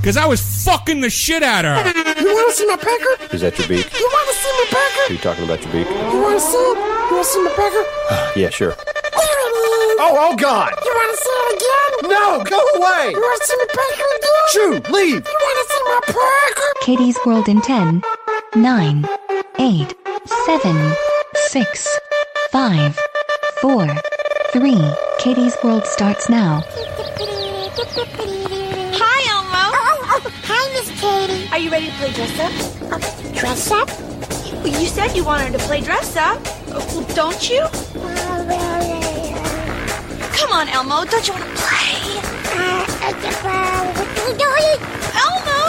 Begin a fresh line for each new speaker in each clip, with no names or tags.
Because I was fucking the shit out of her.
You want to see my pecker?
Is that your beak?
You want to see my
Are
pecker?
you talking about your beak?
You want to see it? You want to see my pecker?
Yeah, sure.
There it is.
Oh, oh God!
You want to see it again?
No, go away!
You want to see my pecker again?
Shoot, leave!
You want to see my pecker?
Katie's World in 10, 9, 8, 7, 6, 5, 4, 3. Katie's World starts now.
Hi, Elmo.
Oh, oh, hi, Miss Katie.
Are you ready to play dress up?
Okay, dress up?
Well, you said you wanted to play dress up. Uh, Well, don't you?
Oh, well,
Come on, Elmo. Don't you want to play?
uh, uh, uh, what are you doing?
Elmo!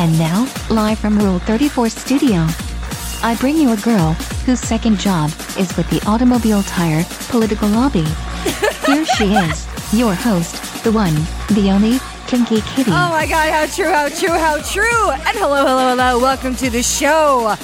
And now, live from Rule 34 Studio, I bring you a girl whose second job is with the automobile tire political lobby. Here she is, your host, the one, the only, Kinky Kitty.
Oh my God, how true, how true, how true. And hello, hello, hello. Welcome to the show.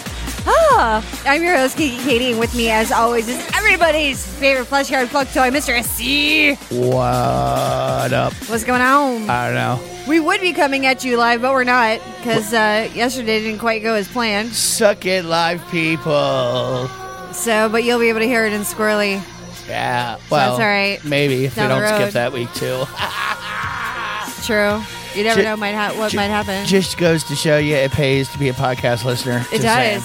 Ah, I'm your host, Kiki Katie, and with me, as always, is everybody's favorite flesh haired fuck toy, Mr. SC.
What up?
What's going on?
I don't know.
we would be coming at you live, but we're not because uh, yesterday didn't quite go as planned.
Suck it, live people.
So, but you'll be able to hear it in Squirrely.
Yeah, well,
that's all right.
Maybe if
Down
we
the
don't skip
road.
that week too.
It's true. You never
Ju-
know might ha- what
ju-
might happen.
Just goes to show you, it pays to be a podcast listener.
it
Just
does.
saying.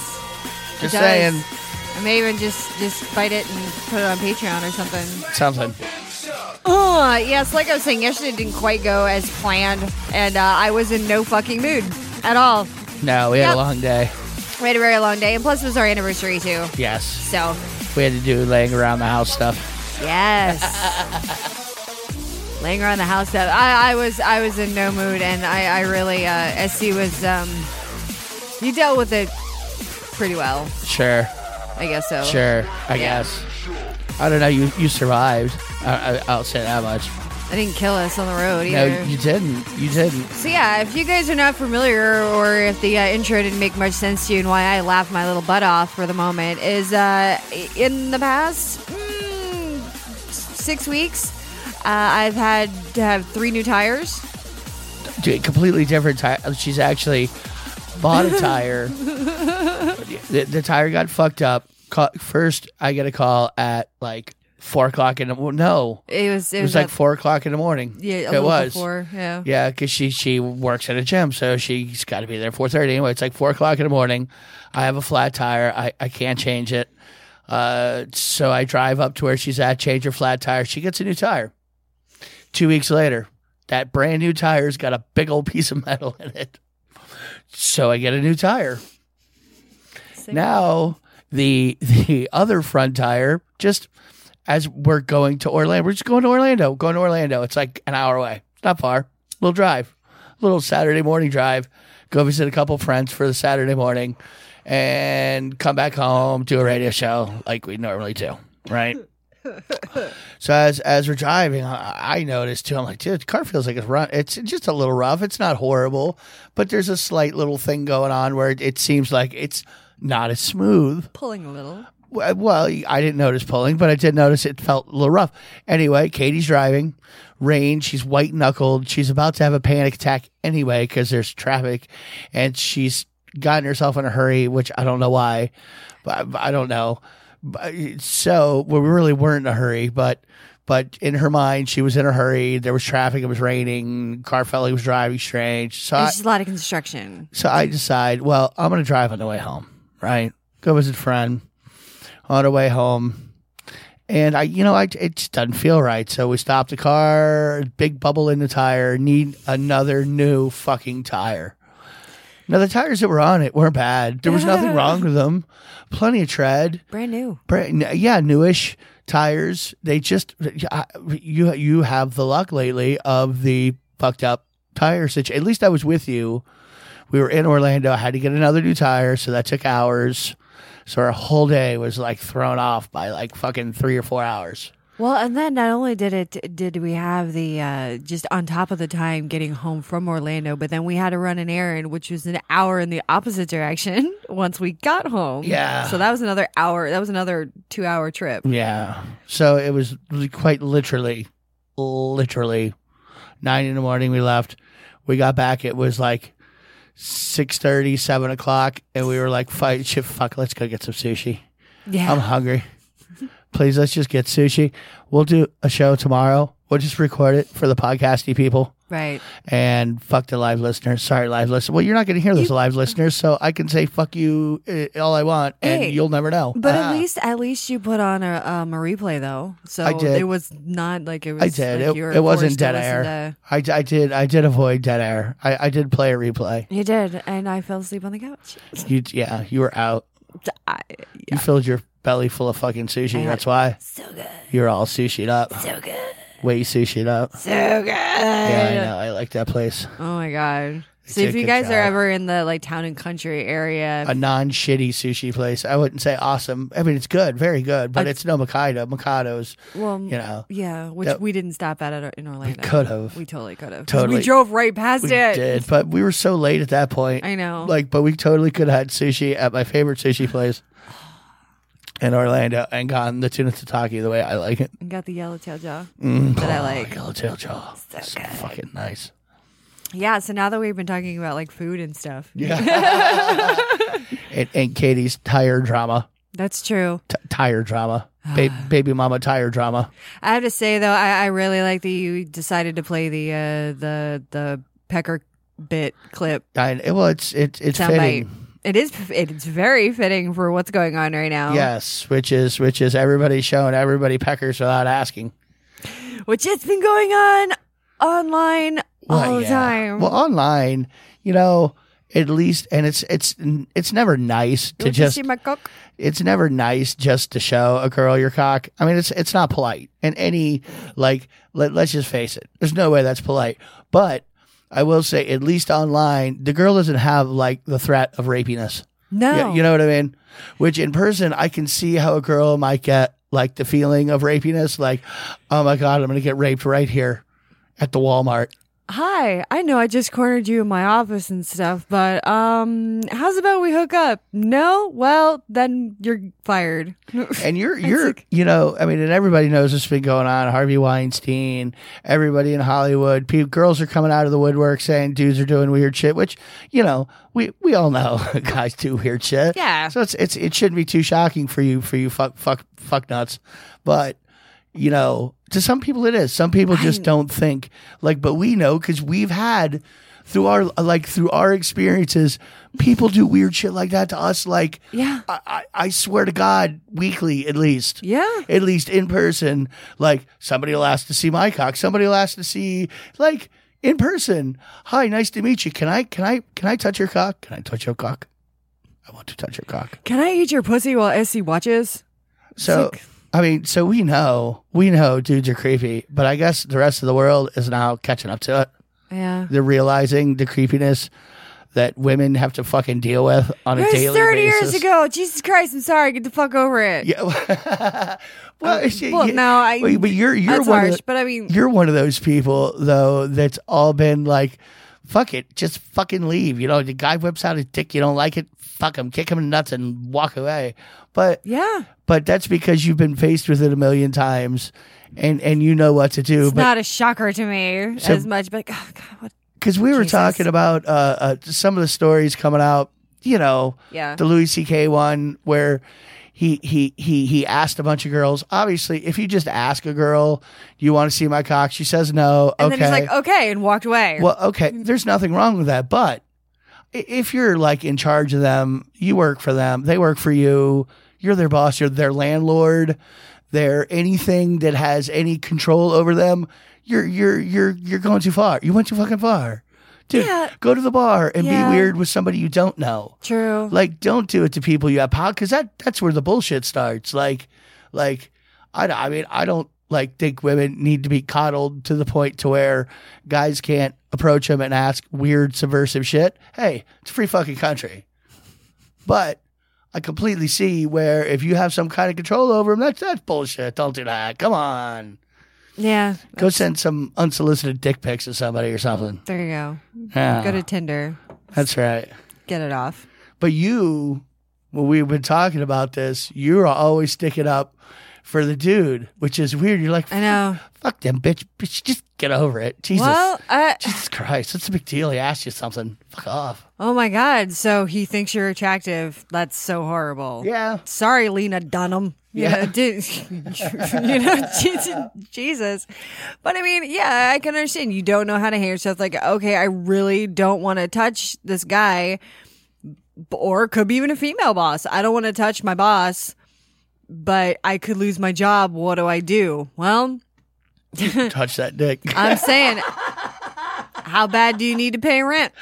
it
Just
does.
saying.
I may even just just fight it and put it on Patreon or something.
Sounds like
Oh, yes, like I was saying, yesterday didn't quite go as planned, and uh, I was in no fucking mood at all.
no. We had
Yep.
a long day.
We had a very long day, and plus it was our anniversary too.
Yes,
So,
we had to do laying around the house stuff.
yes, laying around the house. That I, I was, I was in no mood, and I, I really, uh, SC was. Um, you dealt with it pretty well,
Sure,
I guess so.
sure. I
Oh. Yeah.
guess. I don't know. You you survived. I, I, I'll say that much.
I didn't kill us on the road
No,
either.
you didn't. You didn't.
So yeah, if you guys are not familiar, or if the uh, intro didn't make much sense to you, and why I laughed my little butt off for the moment, is uh, in the past mm, six weeks, uh, I've had to have three new tires.
to a completely different tire. She's actually bought a tire. the, the tire got fucked up. Ca- First, I get a call at like four o'clock in the well, no,
It was it,
it was like
at-
four o'clock in the morning.
yeah, a
it
little
was.
before, yeah.
Yeah, because she she works at a gym, so she's got to be there four thirty. Anyway, it's like four o'clock in the morning. I have a flat tire. I I can't change it. Uh, so I drive up to where she's at, change her flat tire. She gets a new tire. Two weeks later, that brand new tire's got a big old piece of metal in it. So I get a new tire. Now the the other front tire just as we're going to Orlando, we're just going to Orlando, going to Orlando. It's like an hour away, not far. Little drive, little Saturday morning drive. Go visit a couple friends for the Saturday morning, and come back home do a radio show like we normally do, right? so as as we're driving, I, I noticed too. I'm like, dude, the car feels like it's run. It's just a little rough. It's not horrible, but there's a slight little thing going on where it, it seems like it's not as smooth.
Pulling a little.
Well, well, I didn't notice pulling, but I did notice it felt a little rough. Anyway, Katie's driving, rain. She's white knuckled. She's about to have a panic attack anyway because there's traffic, and she's gotten herself in a hurry, which I don't know why, but I I don't know. But- So well, we really weren't in a hurry, but but in her mind, she was in a hurry. There was traffic. It was raining. Car Carfelli was driving strange. So I-
It's just a lot of construction.
so I decide, well, I'm going to drive on the way home, right? Go visit a friend on the way home. And I, you know, I, it just doesn't feel right. So we stop the car, big bubble in the tire, need another new fucking tire. Now the tires that were on it weren't bad. There was nothing wrong with them. Plenty of tread.
Brand new.
Brand, yeah, newish tires. They just I- you you have the luck lately of the fucked up tire situation. At least I was with you. We were in Orlando. I had to get another new tire, so that took hours. So our whole day was like thrown off by like fucking three or four hours.
Well, and then not only did it did we have the uh, just on top of the time getting home from Orlando, but then we had to run an errand, which was an hour in the opposite direction once we got home.
Yeah.
So that was another hour. That was another two hour trip.
Yeah. So it was li- quite literally, literally nine in the morning. We left. We got back. It was like 6.30, 7 o'clock. And we were like, fight, shit, fuck, let's go get some sushi.
Yeah.
I'm hungry. Please, let's just get sushi. We'll do a show tomorrow. We'll just record it for the podcasty people
right.
and fuck the live listeners. Sorry, live listeners. Well, you're not going to hear this, live listeners. So I can say fuck you uh, all I want and
Hey,
you'll never know.
But
Ah.
at least at least you put on a, um, a replay though, so
I did.
it was not like it was.
I did.
like
It-
you were
it, wasn't
forced to
dead
listen
air. I, I did. I did avoid dead air. I, I did play a replay.
to- you did, and I fell asleep on the couch.
You yeah. You were out.
I,
You filled your belly full of fucking sushi.
had-
That's why
so good,
you're all sushied up.
so good,
Way sushied up.
so good.
Yeah, I know. I like that place.
Oh my god.
They
So if
did
you
good
guys are
job.
ever in the like town and country area,
A non-shitty sushi place. I wouldn't say awesome. I mean, it's good, very good, but
Uh,
it's no Mikado. Mikado's.
well,
You know,
yeah, which
that-
we didn't stop at, at in Orlando.
could've.
We totally could have.
Totally.
We drove right past
we
it.
did, but we were so late at that point.
I know.
Like, but we totally could have had sushi at my favorite sushi place in Orlando and gotten the tuna tataki the way I like it.
And got the yellowtail jaw
Mm.
that
Oh,
I like.
Yellowtail jaw. It's fucking nice.
Yeah. So now that we've been talking about like food and stuff,
Yeah. and, and Katie's tire drama.
that's true.
T- tire drama. Ba- baby mama tire drama.
I have to say though, I, I really like that you decided to play the uh, the the pecker bit clip
I, it- well, it's it, it's
soundbite.
fitting.
It is. It's very fitting for what's going on right now.
Yes, which is which is everybody showing everybody peckers without asking.
which it's been going on online all
Well,
the
yeah.
time.
Well, online, you know, at least, and it's it's it's never nice to
Don't
just
you see my cock?
it's never nice just to show a girl your cock. I mean, it's it's not polite. And any like let, let's just face it. There's no way that's polite. But I will say at least online, the girl doesn't have like the threat of rapiness.
No,
Yeah, you know what I mean? Which in person, I can see how a girl might get like the feeling of rapiness like, "Oh my god, I'm going to get raped right here at the Walmart."
Hi, I know I just cornered you in my office and stuff, but um, how's about we hook up? No, well then you're fired.
And you're you're you know I mean and everybody knows what's been going on Harvey Weinstein everybody in Hollywood pe girls are coming out of the woodwork saying dudes are doing weird shit which you know we we all know guys do weird shit
Yeah.
so it's it's it shouldn't be too shocking for you for you fuck fuck fuck nuts but you know to some people it is some people just don't think like but we know because we've had through our like through our experiences people do weird shit like that to us like
Yeah.
I, I, I swear to God, weekly at least.
Yeah.
At least in person. Like somebody will ask to see my cock. Somebody will ask to see like in person. Hi, nice to meet you. Can I can I can I touch your cock? Can I touch your cock? I want to touch your cock.
Can I eat your pussy while SC watches?
So
like-
I mean, so we know we know dudes are creepy, but I guess the rest of the world is now catching up to it.
Yeah,
They're realizing the creepiness that women have to fucking deal with on
it
a
was
daily
thirty
basis.
years ago. Jesus Christ, I'm sorry. Get the fuck over it.
Yeah. well,
Um, well,
yeah.
no, I-
Wait, but you're you're
that's
one.
harsh,
of the-
but I mean-
you're one of those people though that's all been like, fuck it, just fucking leave. You know, the guy whips out his dick, you don't like it, fuck him, kick him in the nuts, and walk away. But
Yeah,
but that's because you've been faced with it a million times, and and you know what to do.
it's
but
not a shocker to me
So-
as much. But oh, God, what?
because we were
Jesus.
talking about uh, uh, some of the stories coming out. You know,
Yeah.
the Louis C.K. one where he he he he asked a bunch of girls. Obviously, if you just ask a girl, "Do you want to see my cock?" She says no.
And
okay.
then he's like, okay, and walked away.
Well, okay. There's nothing wrong with that, but i- if you're like in charge of them, you work for them. They work for you. You're their boss. You're their landlord. They're anything that has any control over them. You're you're you're you're going too far. You went too fucking far. Dude,
Yeah.
go to the bar and
Yeah.
be weird with somebody you don't know.
True.
Like, don't do it to people you have power because that that's where the bullshit starts. Like, like I, I mean, I don't like think women need to be coddled to the point to where guys can't approach them and ask weird subversive shit. Hey, it's a free fucking country, but. I completely see where if you have some kind of control over them, that's that's bullshit. Don't do that. Come on,
yeah.
go send some unsolicited dick pics to somebody or something.
There you go.
Yeah,
Go to Tinder.
that's right.
Get it off.
But you, when we've been talking about this, you're always sticking up for the dude, which is weird. You're like,
I know.
fuck them, bitch. bitch. Just get over it. Jesus.
Well, uh,
Jesus Christ. That's a big deal. He asked you something. Fuck off.
oh my God. So he thinks you're attractive. That's so horrible.
Yeah.
Sorry, Lena Dunham. You
Yeah.
know, dude, you know, Jesus, Jesus. But I mean, yeah, I can understand. You don't know how to handle yourself. Like, okay, I really don't want to touch this guy, or it could be even a female boss. I don't want to touch my boss, but I could lose my job. What do I do? Well,
Touch that dick.
I'm saying, how bad do you need to pay rent?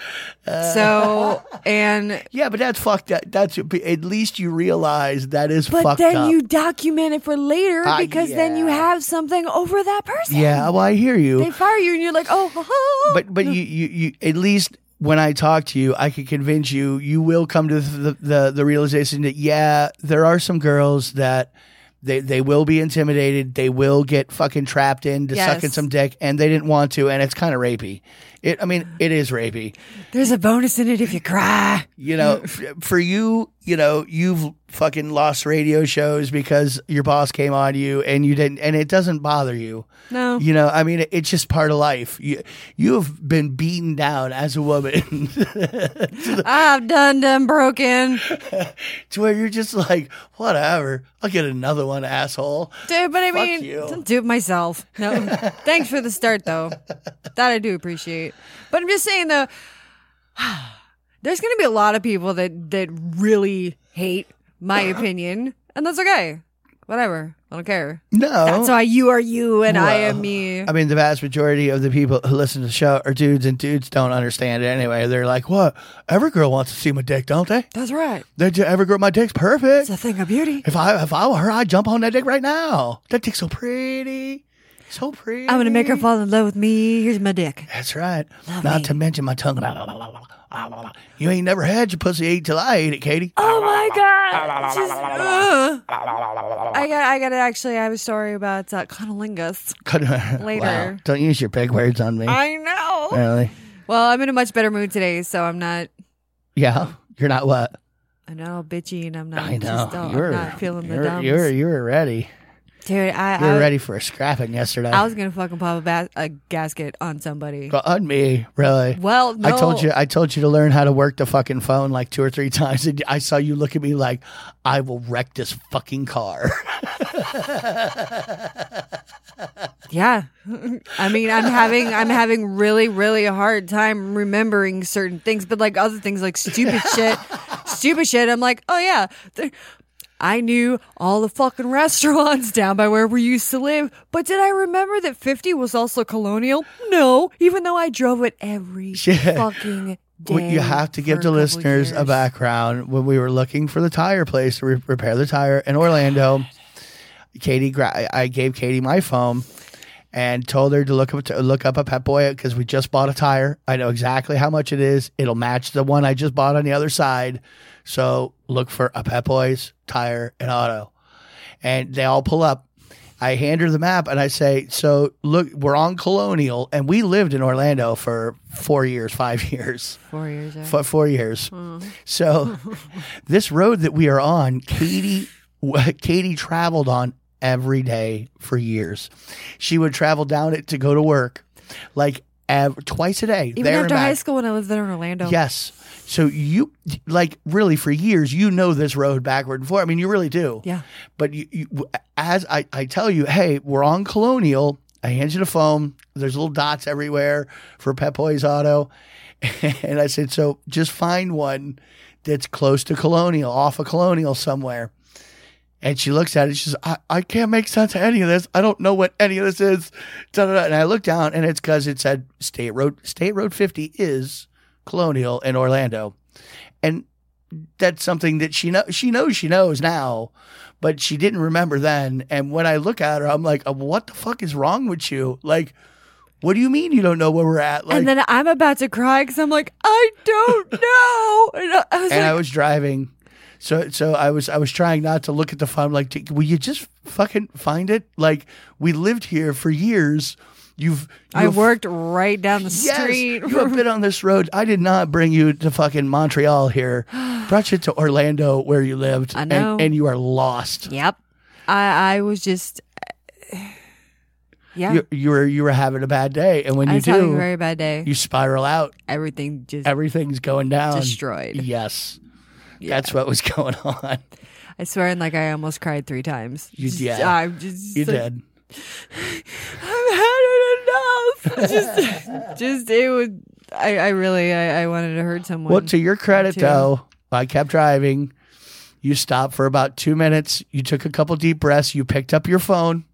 So, and
yeah, but that's fucked up. That's at least you realize that is
But
fucked
then
up.
you document it for later
Ah,
because then you
yeah.
have something over that person.
yeah, well, I hear you.
They fire you and you're like, oh,
but but you, you you at least when I talk to you, I can convince you. You will come to the the, the realization that yeah, there are some girls that. They, they will be intimidated. They will get fucking trapped into
Yes.
sucking some dick, and they didn't want to. And it's kind of rapey. It, I mean, it is rapey.
there's a bonus in it if you cry.
You know, f- for you, you know, you've fucking lost radio shows because your boss came on you, and you didn't, and it doesn't bother you.
No.
You know, I mean, it- it's just part of life. You you have been beaten down as a woman
I've done done broken.
to where you're just like, whatever, I'll get another one, asshole.
Dude, but I mean,
you.
don't do it myself. No. Thanks for the start, though. That I do appreciate. But I'm just saying, though, there's going to be a lot of people that, that really hate my opinion, and that's okay. Whatever. I don't care.
No,
That's why you are you and I am
Well,
me.
I mean, the vast majority of the people who listen to the show are dudes, and dudes don't understand it anyway. They're like, what? Every girl wants to see my dick, don't they?
That's right.
They do, every girl, my dick's
It's
perfect.
a thing of beauty.
If I if I were her, I'd jump on that dick right now. That dick's so pretty, so pretty.
I'm gonna make her fall in love with me. Here's my dick.
That's right. Not to mention my tongue. You ain't never had your pussy ate till I ate it, Katie.
Oh my god! It's just- ugh. I got. I got to actually. I have a story about uh, cunnilingus.
Later.
Later.
Don't use your big words on me.
I know.
really?
Well, I'm in a much better mood today, so I'm not.
Yeah. You're not what?
I know, bitchy, and I'm not.
I know.
Just, oh,
you're
I'm not feeling the
you're,
dumps.
You're you were ready.
Dude, I.
You were
I,
ready for a scrapping yesterday.
I was gonna fucking pop a, bas- a gasket on somebody.
Well, on me, really.
Well, no.
I told you I told you to learn how to work the fucking phone like two or three times and I saw you look at me like I will wreck this fucking car.
Yeah. I mean, I'm having I'm having really really a hard time remembering certain things, but like other things like stupid shit, stupid shit. I'm like, "Oh yeah, there- I knew all the fucking restaurants down by where we used to live, but did I remember that 50 was also colonial? No, even though I drove it every fucking day.
Well, you have to give
for
the
a couple
listeners a
years.
background when we were looking for the tire place to re- repair the tire in Orlando. Katie, gra- I gave Katie my phone and told her to look up to look up a Pep Boy because we just bought a tire. I know exactly how much it is. It'll match the one I just bought on the other side. So look for a Pep Boys tire and auto, and they all pull up. I hand her the map and I say, "So look, we're on Colonial, and we lived in Orlando for four years, five years."
Four years. yeah.
for four years. So this road that we are on, Katie, Katie traveled on every day for years. She would travel down it to go to work, like ev- twice a day.
Even
there and
after high
back.
school when I lived in Orlando.
Yes. So you like really for years you know this road backward and forward. I mean you really do.
Yeah.
But you, you as I, I tell you, hey, we're on Colonial. I hand you the phone. There's little dots everywhere for Pep Boys Auto, and I said, so just find one that's close to Colonial, off of Colonial somewhere. And she looks at it. She says, I, I can't make sense of any of this. I don't know what any of this is. Da, da, da. And I look down and it's because it said State Road, State Road 50 is colonial in Orlando. And that's something that she know she knows she knows now, but she didn't remember then. And when I look at her, I'm like, "Uh, what the fuck is wrong with you? Like, what do you mean you don't know where we're at? Like,
and then I'm about to cry because I'm like, I don't know. And I- I was
and
like,
I was driving. So so I was I was trying not to look at the phone. Like, "T- will you just fucking find it? Like, we lived here for years. You've
I
you've-
worked right down the
Yes,
street.
you have been on this road. I did not bring you to fucking Montreal here. Brought you to Orlando where you lived.
I
and-
know.
And, you are lost.
yep. I I was just, yeah.
You, you were you were having a bad day, and when
I
you
was having a
do,
very bad day.
you spiral out.
Everything just
Everything's going down.
destroyed.
Yes,
Yeah.
that's what was going on.
I swear, and like I almost cried three times.
You
Just-
did.
I'm just.
You
like,
did.
I've had it enough. just, just it would. I, I really, I, I wanted to hurt someone.
Well, to your credit,
too.
though, I kept driving. You stopped for about two minutes. You took a couple deep breaths. You picked up your phone,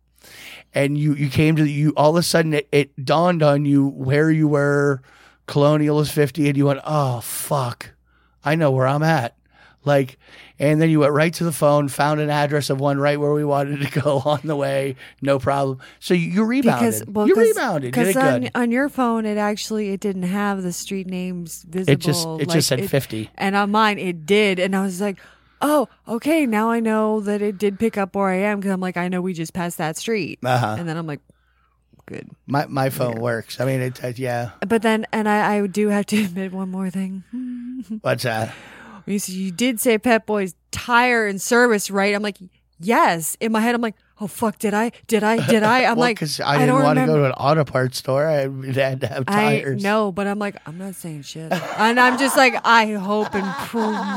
and you you came to you. All of a sudden, it, it dawned on you where you were. Colonial is fifty, and you went, "Oh fuck, I know where I'm at." Like, and then you went right to the phone, found an address of one right where we wanted to go on the way, no problem. So you, you rebounded.
because well,
you
'cause-
rebounded. Did it
'cause um, on,
good.
on your phone, it actually it didn't have the street names visible.
It just it
Like,
just said fifty.
and on mine it did, and I was like, oh, okay, now I know that it did pick up where I am because I'm like, I know we just passed that street,
Uh-huh.
and then I'm like, good.
My my phone works. I mean, it, it yeah.
But then, and I, I do have to admit one more thing. Hmm.
What's that?
You, s- you did say Pet Boys tire and service, right? I'm like, yes. In my head, I'm like, oh fuck, did I? Did I? Did I? I'm
Well,
like,
'cause
I
I didn't
don't
want to go
remember.
to an auto parts store. I had to have
I
tires.
know, but I'm like, I'm not saying shit, and I'm just like, I hope and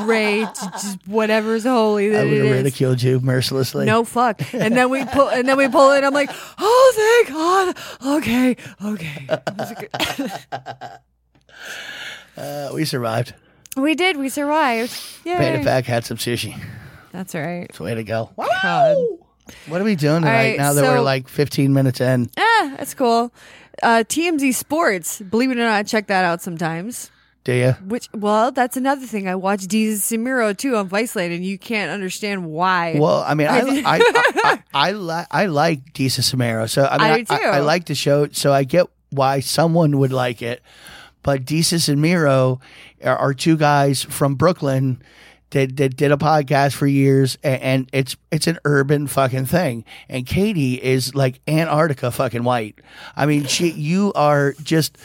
pray to just whatever's holy
I
that
would
it
have
is.
ridiculed you mercilessly.
No fuck. And then we pull, and then we pull it. I'm like, oh thank God. Okay, okay. I was like-
Uh, we survived.
we did. We survived.
Paid it
Yeah,
back. Had some sushi.
that's right.
It's the way to go.
God.
What are we doing
All
tonight
right,
now that we're
so-
like 15 minutes in?
Ah, that's cool. Uh, TMZ Sports, believe it or not, I check that out sometimes.
Do you?
Which, well, that's another thing. I watch Deez Samiro too on Viceland, and you can't understand why.
Well, I mean, I I I, I, I, li- I like Disa Samero, so I mean,
I
I,
do
I-
too.
I like the show, so I get why someone would like it. But Desus and Miro are, are two guys from Brooklyn that, that did a podcast for years, and, and it's it's an urban fucking thing. And Katie is like Antarctica fucking white. I mean, she you are just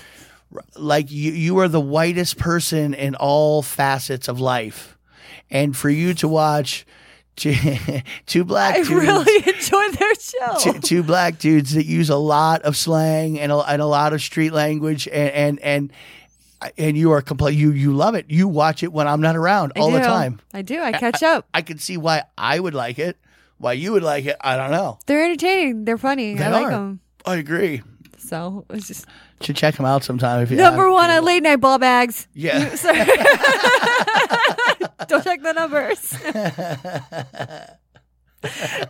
like you you are the whitest person in all facets of life and for you to watch two, two black
I
dudes
really enjoyed their show.
two, two black dudes that use a lot of slang and a, and a lot of street language and and and, and you are complete you you love it you watch it when i'm not around
I
all the
do.
time
I do. I catch up.
i can see why i would like it why you would like it i don't know
They're entertaining. They're funny.
They
I like
are.
them.
i agree
So it's just
should check them out sometime if you
number
haven't.
one on late night ball bags.
yeah
Sorry. Don't check the numbers.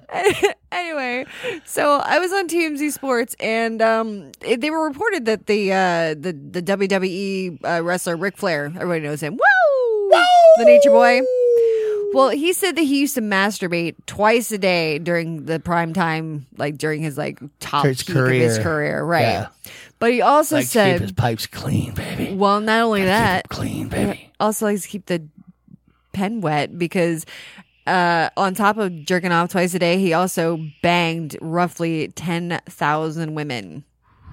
anyway, so I was on TMZ Sports, and um, it, they were reported that the uh, the the WWE uh, wrestler Ric Flair, everybody knows him. Woo! The Nature Boy. Well, he said that he used to masturbate twice a day during the prime time, like during his like top
His
peak of his
career.
career, right?
Yeah.
But he also
like to keep his
said,
pipes clean baby
well, not only that,
keep it clean baby
also likes to keep the pen wet because uh, on top of jerking off twice a day, he also banged roughly 10,000 women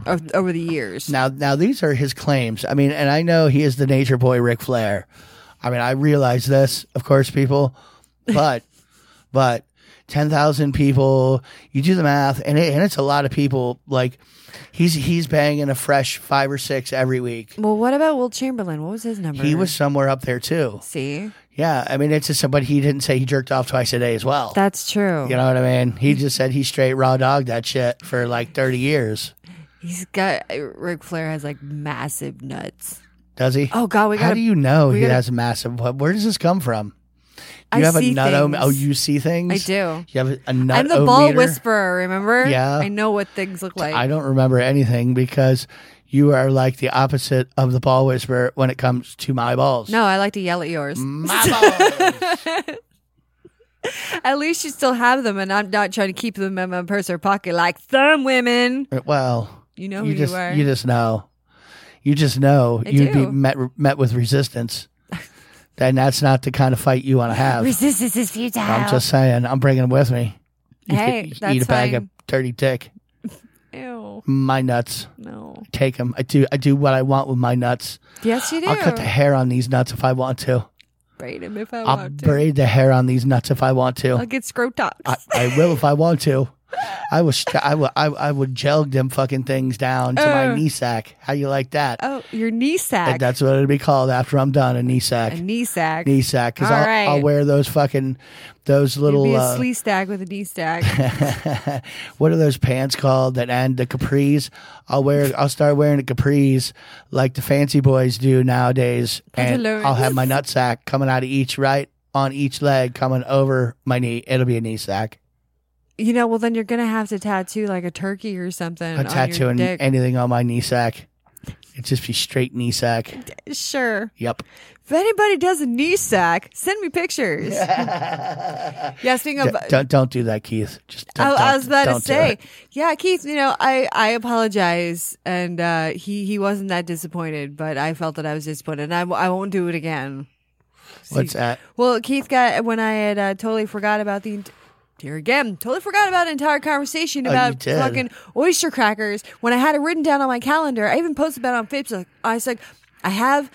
o- over the years.
Now, now these are his claims. I mean, and I know he is the nature boy, Ric Flair. I mean, I realize this, of course, people, but, but ten thousand people. You do the math, and it, and it's a lot of people. Like, he's he's banging a fresh five or six every week.
Well, what about Will Chamberlain? What was his number?
He was somewhere up there too.
See,
Yeah, I mean, it's just, but he didn't say he jerked off twice a day as well.
that's true.
you know what I mean? He just said he straight raw dog that shit for like thirty years.
He's got Ric Flair has like massive nuts.
Does he?
Oh God, we
How
got
do you know
we
he
gotta-
has massive? Where does this come from? You
I
have
see
a nut
things.
Oh, you see things.
I do.
You have a nut.
I'm the ball
meter.
whisperer, remember?
Yeah.
I know what things look like.
I don't remember anything because you are like the opposite of the ball whisperer when it comes to my balls.
no, I like to yell at yours.
Mm. my balls.
At least you still have them, and I'm not trying to keep them in my purse or pocket like some women.
Well,
You know who
you
you
just
are.
you just know, you just know
I
you'd be
do.
met met with resistance. Then that's not the kind of fight you want to have.
Resistance is futile.
I'm just saying, I'm bringing it with me. You
Hey,
could
that's
eat a bag of
fine.
dirty dick.
Ew,
My nuts,
no.
take them. I do I do what I want with my nuts.
Yes, you do.
I'll cut the hair on these nuts if I want to.
braid him if I
I'll
want to.
braid the hair on these nuts if I want to.
I'll get scrotox.
I, I will if I want to. I was I would I, I would gel them fucking things down to my
Uh.
knee sack. How you like that?
oh, your knee
And
sack.
that's what it'll be called after I'm done. A knee sack.
a knee sack.
knee sack. Because
All
I'll,
right.
I'll wear those fucking those
You'd
little.
be a
uh,
slee stack with a knee stack.
what are those pants called that end the capris? I'll wear. I'll start wearing the capris like the fancy boys do nowadays, and
Pantaloons.
I'll have my nut sack coming out of each right on each leg, coming over my knee. It'll be a knee sack.
you know, well then you're gonna have to tattoo like a turkey or something.
I'm
on
tattooing
your dick.
anything on my knee sack. It's just be straight knee sack.
sure.
Yep.
If anybody does a knee sack, send me pictures. yeah, speaking of
D- don't don't do that, Keith. Just don't,
I, I
don't-
was about to
don't do
say,
it.
yeah, Keith. You know, I I apologize, and uh, he he wasn't that disappointed, but I felt that I was disappointed, and I, w- I won't do it again.
What's that?
Well, Keith got when I had uh, totally forgot about the. ent- Here again, totally forgot about an entire conversation
Oh, you
about
did.
fucking oyster crackers. When I had it written down on my calendar, I even posted about it on Facebook. I was like, I have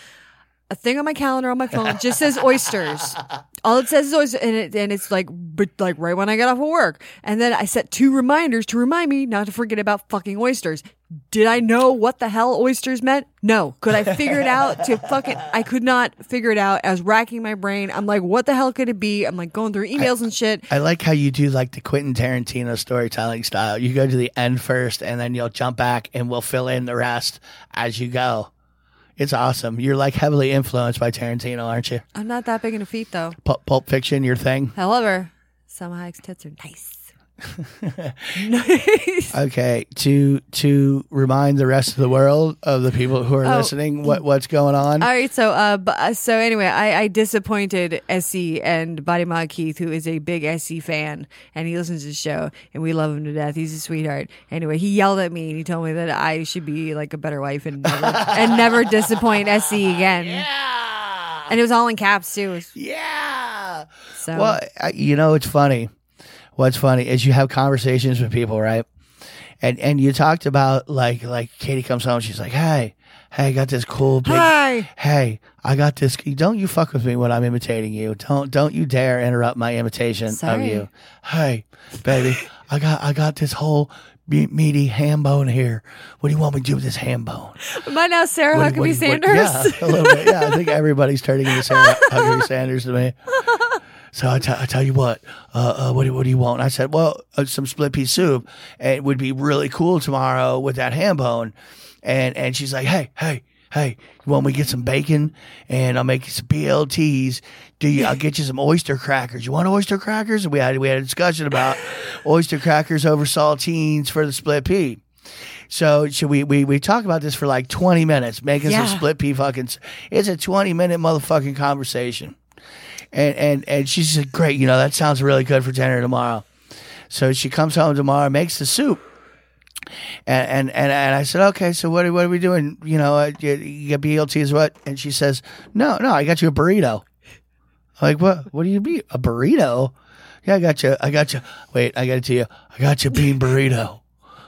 a thing on my calendar on my phone it just says oysters. All it says is oysters, and, it, and it's like, but like right when I got off of work, and then I set two reminders to remind me not to forget about fucking oysters. Did I know what the hell oysters meant? No. Could I figure it out? To fucking, I could not figure it out. I was racking my brain. I'm like, what the hell could it be? I'm like going through emails and shit.
I like how you do like the Quentin Tarantino storytelling style. You go to the end first, and then you'll jump back, and we'll fill in the rest as you go. It's awesome. You're like heavily influenced by Tarantino, aren't you?
I'm not that big in a feat though.
Pulp, Pulp Fiction, your thing.
However, Selma Hayek's tits are nice. nice.
Okay, to to remind the rest of the world of the people who are listening, what what's going on?
All right, so uh, bu- uh, so anyway, I, I disappointed SE and Body Mod Keith, who is a big SE fan, and he listens to the show, and we love him to death. He's a sweetheart. Anyway, he yelled at me and he told me that I should be like a better wife and never, and never disappoint SE again. And it was all in caps too.
yeah.
So
Well, I- you know, it's funny. What's funny is you have conversations with people, right? And and you talked about like like Katie comes home, she's like, hey, hey, I got this cool big,
Hi.
hey, I got this. Don't you fuck with me when I'm imitating you. Don't don't you dare interrupt my imitation
Sorry.
of you. Hey, baby, I got I got this whole me- meaty ham bone here. What do you want me to do with this ham bone?
am I now Sarah
What-
Huckabee
what- what-
Sanders?
yeah, a little bit. Yeah, I think everybody's turning into Sarah Huckabee Sanders to me. So I te- I tell you what, uh, uh, what, do, what do you want? And I said, well, uh, some split pea soup. And it would be really cool tomorrow with that ham bone. And and she's like, hey, hey, hey, you want me to get some bacon? And I'll make you some BLTs. Do you? I'll get you some oyster crackers. You want oyster crackers? And we had we had a discussion about oyster crackers over saltines for the split pea. So should we we we talk about this for like twenty minutes, making
Yeah.
some split pea fucking. s- It's a twenty minute motherfucking conversation, and and and she said, "Great, you know that sounds really good for dinner tomorrow." So she comes home tomorrow, makes the soup, and and and, and I said, "Okay, so what are, what are we doing? You know, uh, you, you got BLTs, what?" And she says, "No, no, I got you a burrito." I'm like, "What? What do you mean a burrito?" Yeah, I got you. I got you. Wait, I got it to you. I got you a bean burrito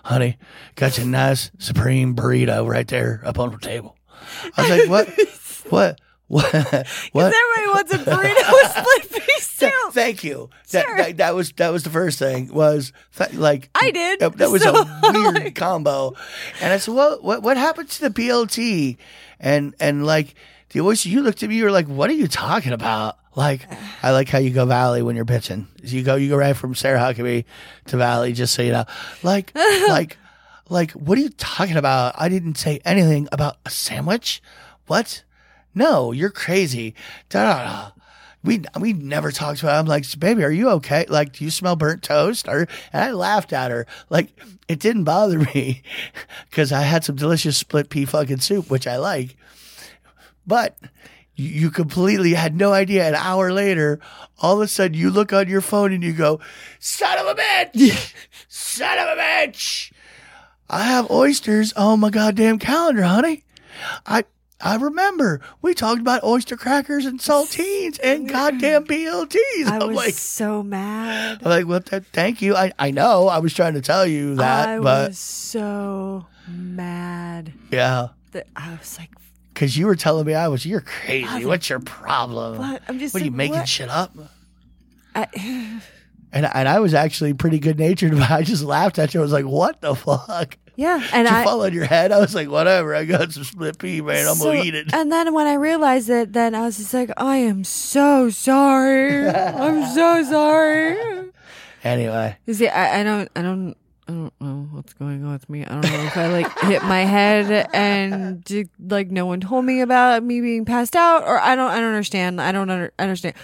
honey, got you a nice supreme burrito right there up on the table. I was like, what? what? What? What?
Everybody wants a burrito with split pea
Th-
soup.
thank you. That, that, that was that was the first thing was th- like
I did,
That, that was
so,
a weird combo, and I said, "Well, what what happened to the BLT?" And and like the oyster, you looked at me. You were like, "What are you talking about?" Like I like how you go Valley when you're bitching. You go you go right from Sarah Huckabee to Valley, just so you know. Like like like what are you talking about? I didn't say anything about a sandwich. What? No, you're crazy. Da da da. we we never talked about. It. I'm like, baby, are you okay? Like, do you smell burnt toast? Or and I laughed at her. Like, it didn't bother me because I had some delicious split pea fucking soup, which I like. But you- you completely had no idea. An hour later, all of a sudden, you look on your phone and you go, "Son of a bitch! Son of a bitch! I have oysters on my goddamn calendar, honey." I I remember we talked about oyster crackers and saltines and goddamn BLTs.
I
I'm
was
like,
so mad.
I'm like, well, th- thank you. I, I know. I was trying to tell you that,
I
but
was so mad
yeah,
that I was like,
because you were telling me I was. You're crazy. What's your problem?
What? I'm just
What are you
like,
making
what?
shit up?
I,
And and I was actually pretty good natured, but I just laughed at you. I was like, what the fuck?
yeah, and
Did you
I.
fall on your head? I was like, whatever. I got some split pea, man. I'm
so- uh,
gonna eat it.
And then when I realized it, then I was just like, I am so sorry. I'm so sorry.
anyway,
You see, I, I don't, I don't, I don't know what's going on with me. I don't know if I like hit my head and did, like no one told me about me being passed out, or I don't, I don't understand. I don't under, understand.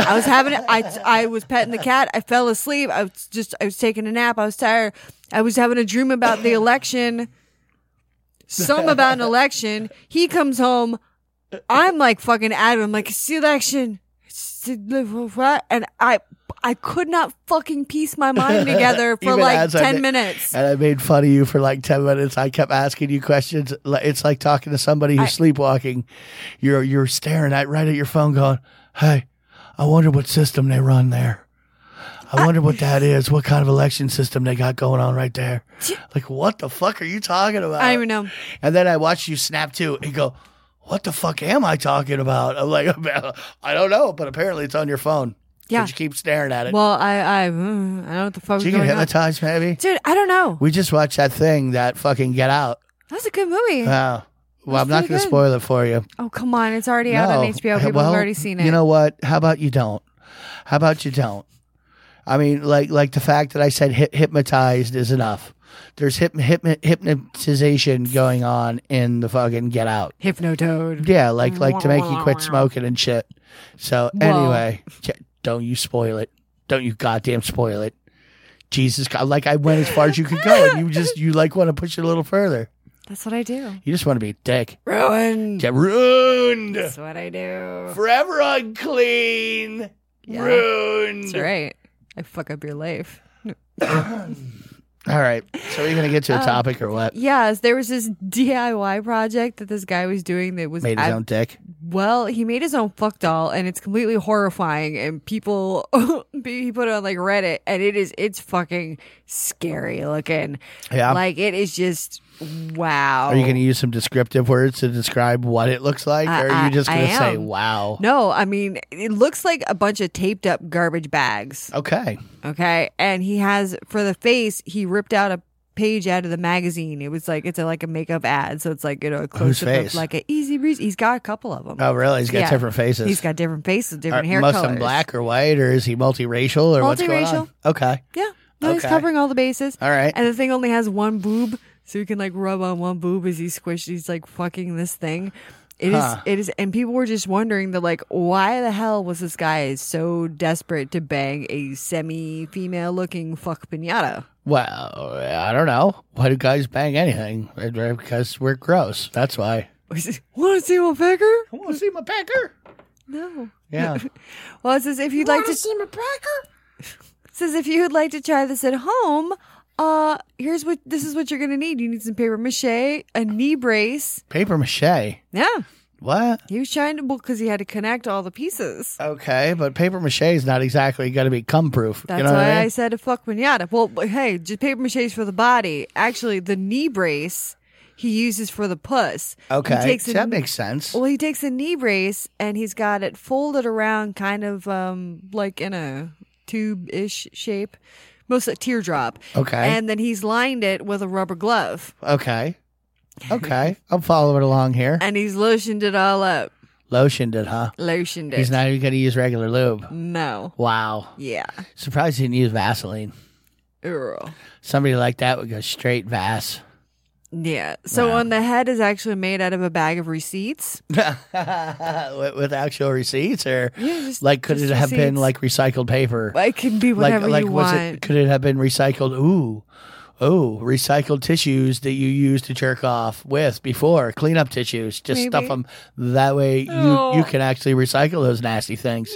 I was having, I, I was petting the cat. I fell asleep. I was just, I was taking a nap. I was tired. I was having a dream about the election. Some about an election. He comes home. I'm like fucking Adam. I'm like, it's the election. It's the- what? And I I could not fucking piece my mind together for
Even
like
as I Uh,
10
ma-
minutes.
And I made fun of you for like 10 minutes. I kept asking you questions. Li- It's like talking to somebody who's sleepwalking. You're, you're staring at right at your phone going, Hey, I wonder what system they run there. I wonder what that is. What kind of election system they got going on right there? Like, what the fuck are you talking about?
I don't even know.
And then I watched you snap too and go, What the fuck am I talking about? I'm like, I don't know, but apparently it's on your phone.
Yeah.
But you keep staring at it.
Well, I I, mm, I don't know what the fuck was
you can
going on.
hypnotize, maybe?
Dude, I don't know.
We just watched that thing, that fucking Get Out.
That was a good movie.
Wow. Well, I'm not
pretty
going to
good.
spoil it for you.
oh, come on. It's already out on
No.
HBO. People
Well,
have already seen it.
You know what? How about you don't? How about you don't? I mean, like like the fact that I said hip hypnotized is enough. There's hyp- hyp- hypnotization going on in the fucking Get Out.
Hypnotoad.
Yeah, like like to make you quit smoking and shit. So
Well-
anyway, j- don't you spoil it. Don't you goddamn spoil it. Jesus, God, like I went as far as you could go, and you just you like want to push it a little further.
That's what I do.
You just want to be a dick.
Ruined.
Get ruined.
That's what I do.
Forever unclean.
Yeah.
Ruined.
That's right. I fuck up your life.
All right. So are you gonna get
Um,
to a topic or what?
Yes, there was this DIY project that this guy was doing that was
Made his
ab-
own dick.
Well, he made his own fuck doll, and it's completely horrifying. And people, he put it on like Reddit, and it is it's fucking scary looking.
Yeah.
like it is just wow.
Are you gonna use some descriptive words to describe what it looks like?
Oh. I-
or are
I-
you just
I
gonna say
am.
wow?
No, I mean it looks like a bunch of taped up garbage bags.
Okay.
Okay, and he has for the face, he ripped out a page out of the magazine. It was like it's a, like a makeup ad, so it's like you know a close up
face?
of like an easy breeze. He's got a couple of them.
Oh really? He's got
Yeah.
different faces.
He's got different faces, different
Are
hair
most of
colors.
them black or white, or is he multiracial or what's going on?
Multiracial.
Okay.
Yeah. No, he's
Okay.
covering all the bases.
All right.
And the thing only has one boob, so you can like rub on one boob as he squished. He's like fucking this thing. It is.
Huh.
It is. And people were just wondering that, like, why the hell was this guy so desperate to bang a semi-female looking fuck pinata?
Well, I don't know. Why do guys bang anything? Because we're gross. That's why.
Want to see one pecker?
I want to see my pecker.
No.
Yeah.
Well, it says if you'd like
Wanna
to
see my pecker?
says if you would like to try this at home, uh, here's what this is what you're gonna need. You need some paper mache, a knee brace.
Paper mache.
Yeah.
What?
He was trying to, well, because he had to connect all the pieces.
Okay, but paper mache is not exactly going to be cum proof.
That's
you know
why
what I
I,
mean?
said a fuck manada. Well, but hey, just paper mache is for the body. Actually, the knee brace he uses for the puss.
okay,
He takes a-
that makes sense.
Well, he takes a knee brace and he's got it folded around, kind of um like in a tube ish shape, most like teardrop.
Okay.
And then he's lined it with a rubber glove
Okay. Okay, I'm following along here.
and he's lotioned it all up.
Lotioned it, huh?
Lotioned it.
He's not even going to use regular lube.
no.
Wow.
Yeah.
Surprised he didn't use Vaseline.
Ew.
Somebody like that would go straight Vas.
Yeah. So on the head is actually made out of a bag of receipts.
with, with actual receipts or
Yeah, just-
like could
just
it have been
receipts.
like recycled paper?
It can be
like
whatever
like
you
was
want.
it could it have been recycled ooh oh recycled tissues that you used to jerk off with before cleanup tissues just stuff
Maybe. Oh.
'em. stuff them that way you you can actually recycle those nasty things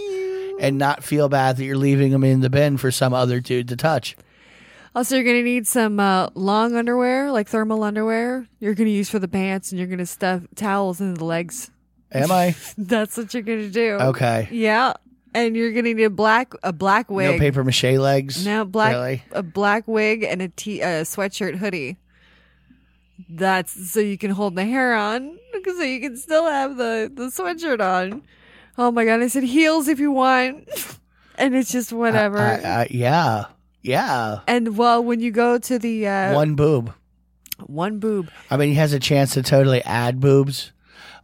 and not feel bad that you're leaving them in the bin for some other dude to touch
Also, you're gonna need some uh, long underwear, like thermal underwear. You're gonna use for the pants, and you're gonna stuff towels into the legs.
am i
That's what you're gonna do.
okay
Yeah, and you're gonna need a black a black wig.
no paper mache legs
No, black
really
a black wig and a t a sweatshirt hoodie. That's so you can hold the hair on, so you can still have the the sweatshirt on. Oh my god! I said heels if you want, and it's just whatever.
I- I- yeah yeah
and well, when you go to the uh,
one boob
one boob,
I mean, he has a chance to totally add boobs.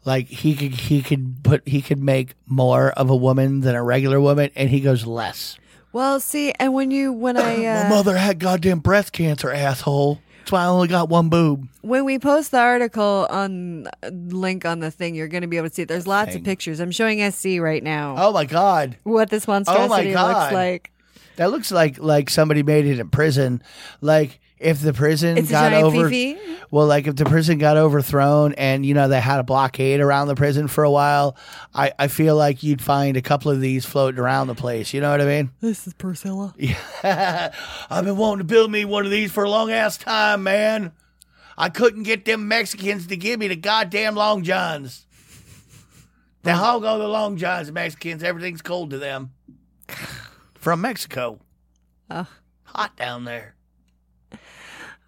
Like he could, he could put, he could make more of a woman than a regular woman, and he goes less.
Well, see, and when you when I
My
uh,
mother had goddamn breast cancer, asshole. That's why I only got one boob.
when we post the article on uh, link on the thing, you're going to be able to see. It. There's lots of pictures. I'm showing SC right now
Oh my god,
what this monstrosity looks
God.
like.
that looks like like somebody made it in prison. Like if the prison
It's a
got
giant
over,
fifi?
well, like if the prison got overthrown, and you know they had a blockade around the prison for a while, I I feel like you'd find a couple of these floating around the place. You know what I mean?
This is Priscilla.
I've been wanting to build me one of these for a long ass time, man. I couldn't get them Mexicans to give me the goddamn Long Johns. They hog all the Long Johns, the Mexicans. Everything's cold to them. From Mexico. Hot down there.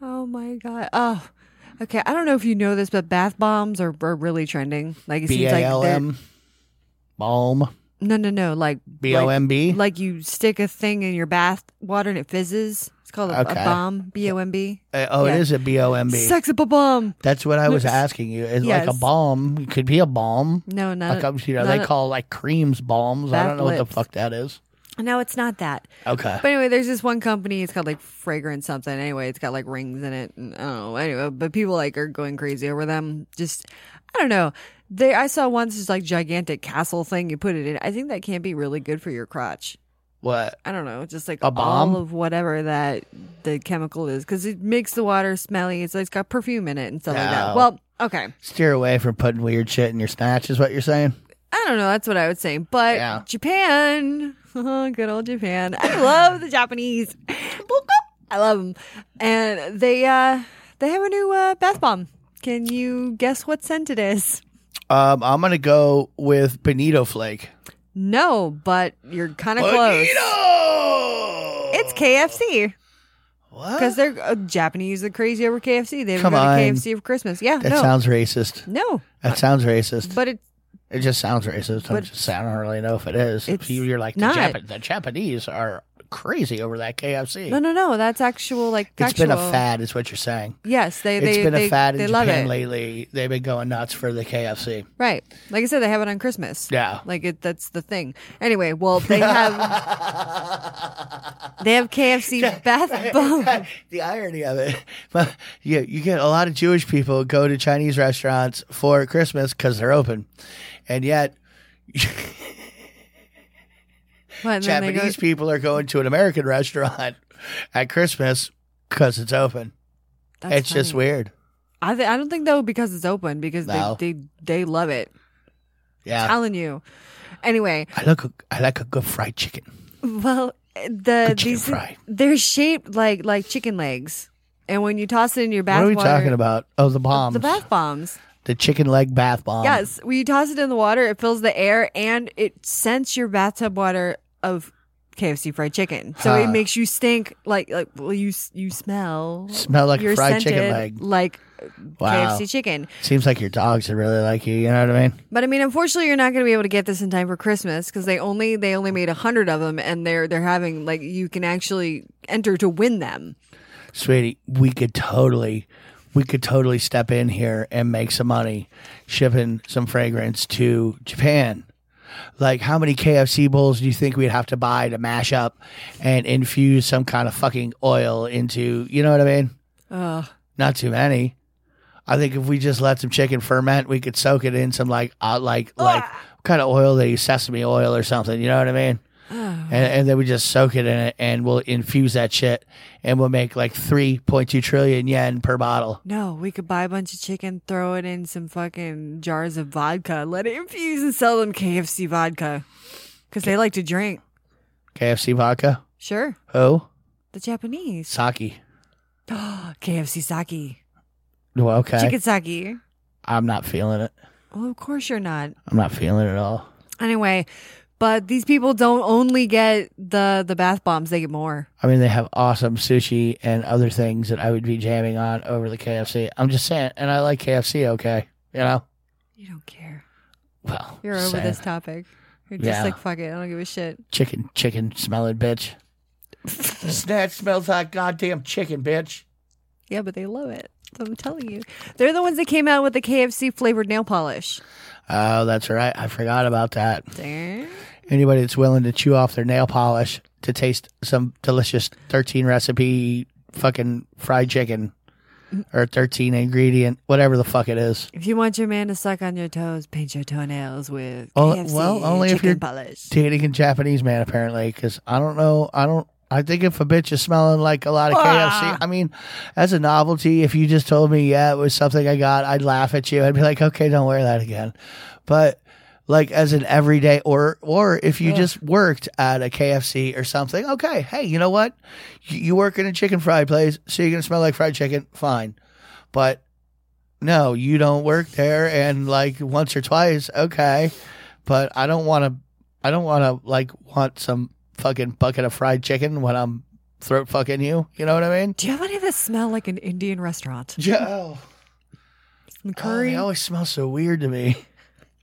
Oh my god. Oh. Okay, I don't know if you know this, but bath bombs are, are really trending. Like it
B
seems
A
like
L
they're-
M. Balm.
no, no, no. Like
B O M B.
Like, like you stick a thing in your bath water and it fizzes. It's called a, a
Okay.
bomb. B O M B.
Uh, Oh,
yeah.
it is a B O M B.
Sex up a bomb.
That's what I was asking you. It's like
Yes.
a balm. It could be a balm.
No, not
Like, um, you know,
not
they
a-
call like creams balms. I
Bath
don't know what the
lips.
fuck that is.
No, it's not that.
Okay.
But anyway, there's this one company. It's called like fragrance something. Anyway, it's got like rings in it. And, I don't know. Anyway, but people like are going crazy over them. Just I don't know. They I saw once this like gigantic castle thing. You put it in. I think that can't be really good for your crotch.
What?
I don't know. Just like
A bomb?
all of whatever that the chemical is because it makes the water smelly. It's, it's got perfume in it and stuff like that.
No.
Well, okay.
Steer away from putting weird shit in your snatch is what you're saying?
I don't know. That's what I would say. But
Yeah.
Japan, good old Japan. I love the Japanese. Boop, boop. I love them, and they uh, they have a new uh, bath bomb. Can you guess what scent it is?
Um, I'm gonna go with Benito Flake.
No, but you're kind of close.
Bonito!
It's KFC because
What?
they're uh, Japanese. Are crazy over KFC. They haven't
Come
gone
on.
to KFC for Christmas. Yeah,
That
no,
sounds racist.
no.
That sounds racist.
But it
It just sounds racist. I'm
But-
just saying, I don't really know if it is.
It's
You- you're like the,
not.
Jap- the Japanese are crazy over that KFC.
no, no, no. That's actual like
It's
factual.
been a fad, is what you're saying.
Yes, they they
it's been
they,
a fad
they
in
love
Japan
it.
lately. They've been going nuts for the KFC.
Right. Like I said, they have it on Christmas.
Yeah.
Like it that's the thing. Anyway, well they have they have KFC bath bomb.
the irony of it. But you, you get a lot of Jewish people go to Chinese restaurants for Christmas because they're open. And yet,
What, and then they go-
Japanese people are going to an American restaurant at Christmas because it's open.
That's
it's just
funny.
weird.
I th- I don't think though because it's open because
No.
they, they they love it.
Yeah.
Telling you. Anyway,
I like, a, I like a good fried chicken.
well the
Good chicken
these
fry.
they're shaped like like chicken legs. And when you toss it in your bath
what are we
water-
talking about? Oh, the bombs.
The bath bombs.
The chicken leg bath bomb.
Yes, when you toss it in the water, it fills the air and it scents your bathtub water of KFC fried chicken. So it
Huh.
makes you stink like like well you s- you smell
Smell like a
you're
fried chicken
scented
leg.
like
Wow.
KFC chicken.
Seems like your dogs would really like you. You know what I mean?
But I mean, unfortunately, you're not going to be able to get this in time for Christmas because they only they only made a hundred of them and they're they're having like you can actually enter to win them.
sweetie, we could totally, we could totally step in here and make some money shipping some fragrance to Japan. Like, how many KFC bowls do you think we'd have to buy to mash up and infuse some kind of fucking oil into? You know what I mean? Not too many. I think if we just let some chicken ferment, we could soak it in some like uh, like like what kind of oil they use, sesame oil or something. You know what I mean? And, and then we just soak it in it, and we'll infuse that shit, and we'll make like three point two trillion yen per bottle.
No, we could buy a bunch of chicken, throw it in some fucking jars of vodka, let it infuse, and sell them KFC vodka because they like to drink.
KFC vodka.
Sure,
Oh,
the Japanese
sake.
KFC sake,
Well, okay.
chicken sake.
I'm not feeling it.
Well, of course you're not.
I'm not feeling it at all.
Anyway, but these people don't only get the the bath bombs; they get more.
I mean, they have awesome sushi and other things that I would be jamming on over the KFC. I'm just saying, and I like KFC. Okay, you know.
You don't care.
Well,
You're
just
over
saying.
this topic. You're just
Yeah.
like fuck it. I don't give a shit.
chicken, chicken smelling bitch. Snatch smells like goddamn chicken, bitch.
Yeah, but they love it. So I'm telling you, they're the ones that came out with the KFC flavored nail polish.
Oh, that's right. I forgot about that.
Damn.
Anybody that's willing to chew off their nail polish to taste some delicious 13 recipe fucking fried chicken or 13 ingredient, whatever the fuck it is.
If you want your man to suck on your toes, paint your toenails with
Oh,
KFC
well, only if
chicken
you're-
polish.
dating a Japanese man apparently because I don't know. I don't. I think if a bitch is smelling like a lot of KFC, I mean, as a novelty, if you just told me, yeah, it was something I got, I'd laugh at you. I'd be like, okay, don't wear that again. But like as an everyday, or or if you just worked at a KFC or something, okay, hey, you know what? You, you work in a chicken fried place, so you're gonna smell like fried chicken. Fine, but no, you don't work there, and like once or twice, okay. But I don't want to I don't want to like want some fucking bucket of fried chicken when I'm throat fucking you. You know what I mean?
Do you have any that smell like an Indian restaurant?
Yeah.
Some
Oh, they
Oh, curry.
always smell so weird to me.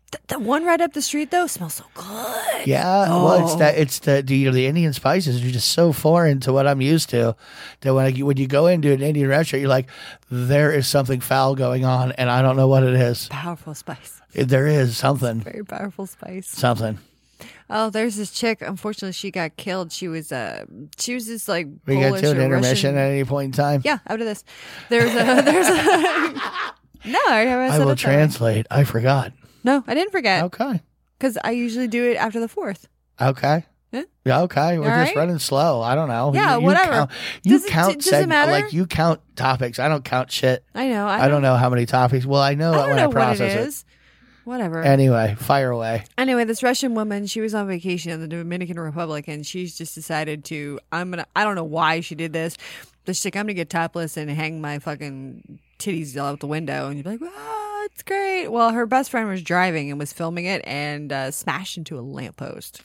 Th- the one right up the street though smells so good.
Yeah. Well,
Oh.
it's that it's the the, you know, the Indian spices are just so foreign to what I'm used to that when I, when you go into an Indian restaurant, you're like, there is something foul going on, and I don't know what it is.
Powerful spice.
There is something,
Very powerful spice.
something.
Oh, there's this chick. Unfortunately, she got killed. She was uh, she was this like
We
Polish
get to an
or
intermission
Oh, Russian.
at any point in time.
Yeah, after this, there's a there's a. no, I haven't.
I
said
will
it that way.
translate. I forgot.
No, I didn't forget
Okay.
because I usually do it after the fourth.
Okay.
Huh?
Yeah, okay. We're
All right?
just running slow. I don't know.
Yeah,
you, you
whatever.
Count, you
Does it-
count
d- does it
seg-
matter?
like you count topics. I don't count shit.
I know.
I don't, know how many topics. Well, I know
I
that
don't
when
know
I
what
process
it is. Whatever.
Anyway, fire away.
anyway, this Russian woman, she was on vacation in the Dominican Republic, and she's just decided to. I'm gonna. I don't know why she did this. But she's like, I'm gonna get topless and hang my fucking titties all out the window, and you'd be like, wow, it's great. Well, her best friend was driving and was filming it and uh, smashed into a lamppost.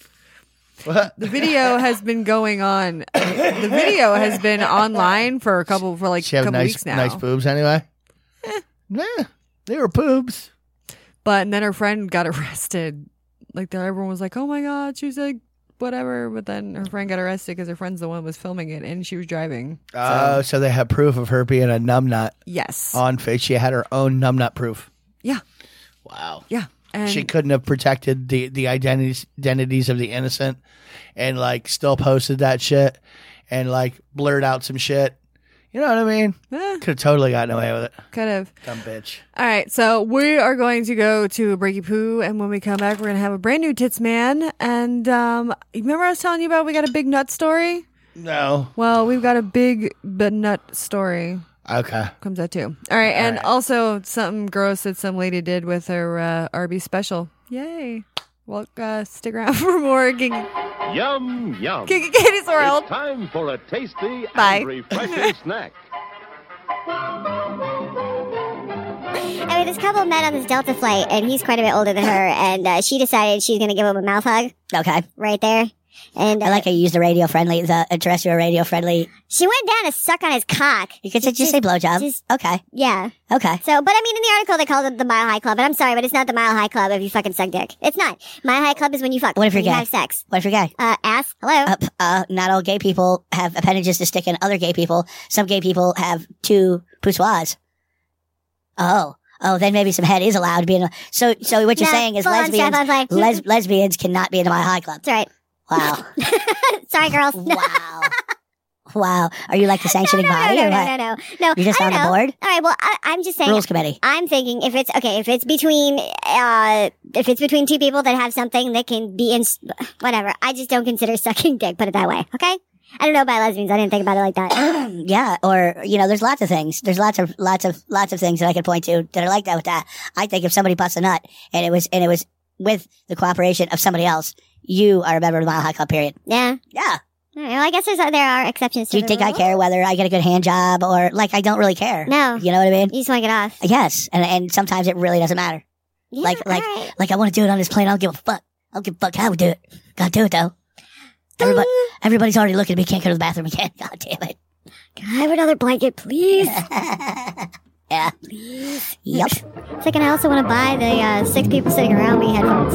The video has been going on. the video has been online for a couple for like
She
a
have
couple
nice
weeks now. Eh.
nice boobs anyway. Yeah. They were boobs.
But and then her friend got arrested. Like then everyone was like, "Oh my god!" She was like, "Whatever." But then her friend got arrested because her friend's the one who was filming it, and she was driving. So,
Oh, so they have proof of her being a numbnut
yes,
on face. She had her own numbnut proof.
yeah,
Wow.
yeah. And
she couldn't have protected the the identities identities of the innocent and like still posted that shit and like blurred out some shit. You know what I mean?
Eh.
Could have totally gotten away with it.
could have.
Dumb bitch.
All right, so we are going to go to a breaky poo, and when we come back, we're gonna have a brand new tits man. And um, you remember I was telling you about we got a big nut story.
No.
Well, we've got a big but nut story.
Okay.
comes out too. All right, and also something gross that some lady did with her uh, Arby's special. Yay! Well, uh, stick around for more King
Yum, yum.
King of Katie's World.
It's time for a tasty
Bye.
and refreshing snack.
I mean, this couple met on this Delta flight, and he's quite a bit older than her, and uh, she decided she's going to give him a mouth hug
Okay.
right there. And
I
uh,
like how you use the radio friendly, the a terrestrial radio friendly.
she went down to suck on his cock.
You could just, just say blowjob.
just-
okay.
Yeah.
Okay.
So, but I mean, in the article, they called it the Mile High Club, and I'm sorry, but it's not the Mile High Club if you fucking suck dick. It's not. Mile High Club is when you fuck.
What if
when
you're
you
gay?
have sex.
What if you're gay?
Uh, ass. Hello.
Uh, p- uh, not all gay people have appendages to stick in other gay people. Some gay people have two poussoirs. Oh. Oh, then maybe some head is allowed to be in a. So, so what you're
No,
saying is
full on
lesbians,
strap-on play.
les- lesbians cannot be in my high club.
That's right.
Wow.
Sorry, girls.
wow. Wow. Are you like the sanctioning
no,
body
no,
or
no,
what?
no, no, no.
You're just
I
on the
don't know.
board?
All right. Well, I, I'm just saying.
Rules committee.
I'm thinking if it's okay, if it's between, uh, if it's between two people that have something that can be in, whatever. I just don't consider sucking dick. Put it that way. Okay. I don't know about lesbians. I didn't think about it like that.
yeah, or you know, there's lots of things. There's lots of lots of lots of things that I could point to that are like that. With that, I think if somebody busts a nut and it was and it was with the cooperation of somebody else, you are a member of the Mile High Club. Period.
yeah.
Yeah.
All right, well, I guess there's there are exceptions. to
Do you
the
think I
rule.
care whether I get a good hand job or like I don't really care?
No.
You know what I mean?
You just want to get off.
Yes, and and sometimes it really doesn't matter.
Yeah,
like like
all right.
like I want to do it on this plane. I don't give a fuck. I don't give a fuck how we do it. Gotta do it though. Everybody, everybody's already looking at me. Can't go to the bathroom again. God damn it.
Can I have another blanket, please?
Yeah. Yep.
Second, I also want to buy the uh, six people sitting around me headphones.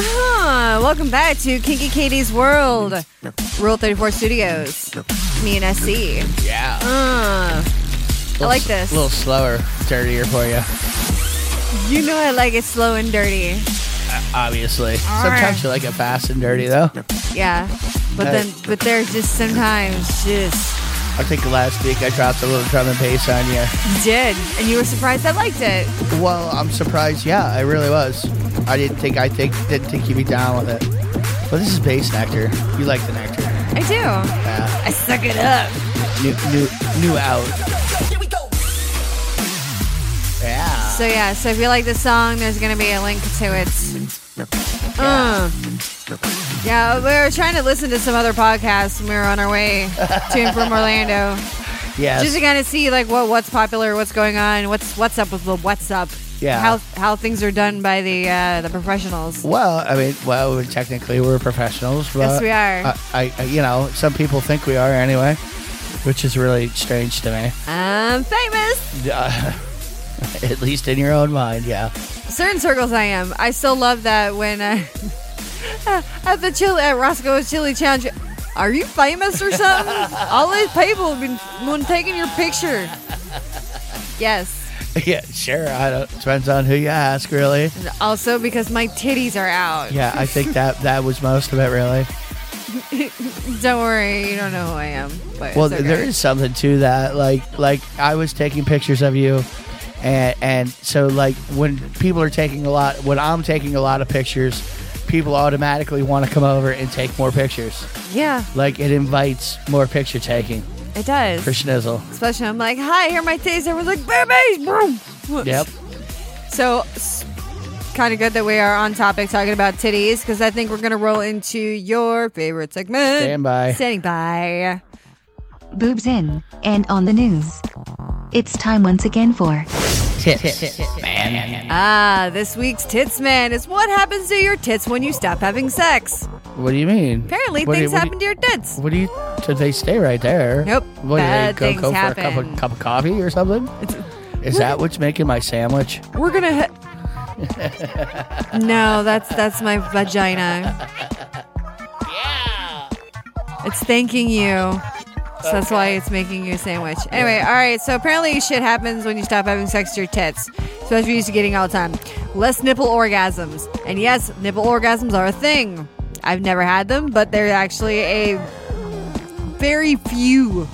Huh, Uh-huh. welcome back to Kinky Katie's World, Rule 34 Studios. Me and SC.
Yeah.
Uh, I like this.
A little slower, dirtier for you,
You know I like it slow and dirty.
obviously.
Alright.
Sometimes you like it fast and dirty, though.
Yeah. But
Hey.
then, but there's just sometimes just
I think last week I dropped a little drum and bass on you.
did. And you were surprised I liked it.
Well, I'm surprised. Yeah, I really was. I didn't think I think didn't think you'd be down with it. Well, this is bass nectar. You like the nectar.
I do.
Yeah.
I suck it up.
New, new, new out. Yeah.
So yeah, so if you like this song, there's gonna be a link to it. Uh. Yeah, we were trying to listen to some other podcasts when we were on our way to and from Orlando,
Yes.
just to kind of see like what what's popular, what's going on, what's what's up with the what's up,
Yeah.
how how things are done by the uh, the professionals.
well, I mean, well, we- technically we're professionals. But
Yes, we are.
I, I, you know, some people think we are anyway, which is really strange to me.
I'm famous.
Uh, at least in your own mind, yeah.
Certain circles, I am. I still love that when uh, at the chili at Roscoe's Chili Challenge. Are you famous or something? All these people have been been taking your picture. Yes.
yeah, sure. I don't. Depends on who you ask, really.
And Also because my titties are out.
Yeah, I think that that was most of it, really.
Don't worry, you don't know who I am. But
Well,
it's okay.
there is something to that. Like, like I was taking pictures of you, and and so like when people are taking a lot, when I'm taking a lot of pictures, people automatically want to come over and take more pictures.
Yeah,
Like it invites more picture taking
it does.
for schnizzle.
Especially I'm like, hi, here are my titties. Everyone's like, babies. Boom.
Yep.
So, kind of good that we are on topic talking about titties because I think we're going to roll into your favorite segment.
Stand by.
Standing by.
Boobs in and on the news. It's time once again for
Ah, this week's Tits Man is what happens to your tits when you stop having sex.
What do you mean?
Apparently,
What do you-
things
what do
happen to your tits.
you- What do you? Did they stay right there?
Nope.
What do
Bad
they
things
go, go for a cup
happen.
of, cup of coffee or something? Is that what's making my sandwich?
We're going to. Ha- no, that's that's my vagina. Yeah. It's thanking you. So that's why it's making you a sandwich. Anyway, all right. So apparently, shit happens when you stop having sex to your tits. So as we're used to getting all the time, less nipple orgasms. And yes, nipple orgasms are a thing. I've never had them, but they're actually a very few.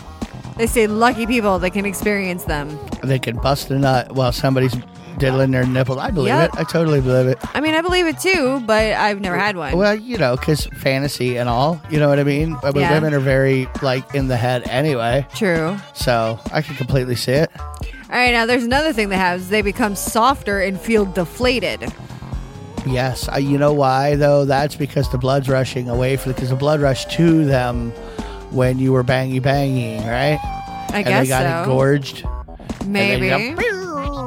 They say lucky people that can experience them.
They can bust a nut while somebody's diddling their nipple. I believe
Yep.
it. I totally believe it.
I mean, I believe it too, but I've never had one.
Well, you know, because fantasy and all, you know what I mean? I mean,
Yeah.
women are very, like, in the head anyway.
True.
So I can completely see it.
All right, now there's another thing that happens. They become softer and feel deflated.
Yes. I, you know why, though? That's because the blood's rushing away from Because the blood rushed to them when you were bangy banging, right?
I
and
guess
they got
so.
engorged. they
Maybe.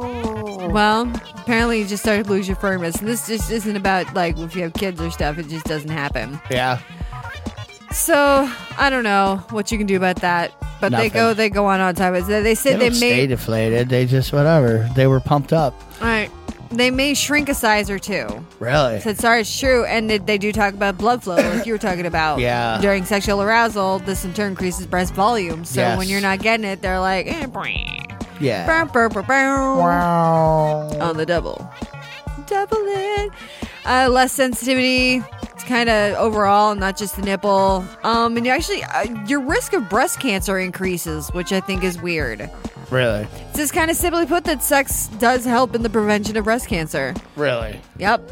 Well, apparently you just start to lose your firmness. And this just isn't about like if you have kids or stuff, it just doesn't happen.
Yeah.
So I don't know what you can do about that. But they
Nothing.
go they go on on time. It's- They
They,
said they,
don't stay
may
deflated. They just, whatever. They were pumped up.
all right, they may shrink a size or two.
Really?
So sorry, it's true. And they- they do talk about blood flow, like you were talking about.
Yeah.
During sexual arousal, this in turn increases breast volume. So
Yes.
when you're not getting it, they're like, eh, brr,
Yeah.
brr, brr, brr, brr. on the double. Double it. Uh, less sensitivity. It's kind of overall, not just the nipple. Um, and you actually, uh, your risk of breast cancer increases, which I think is weird.
Really?
It's just kind of simply put that sex does help in the prevention of breast cancer.
Really?
Yep.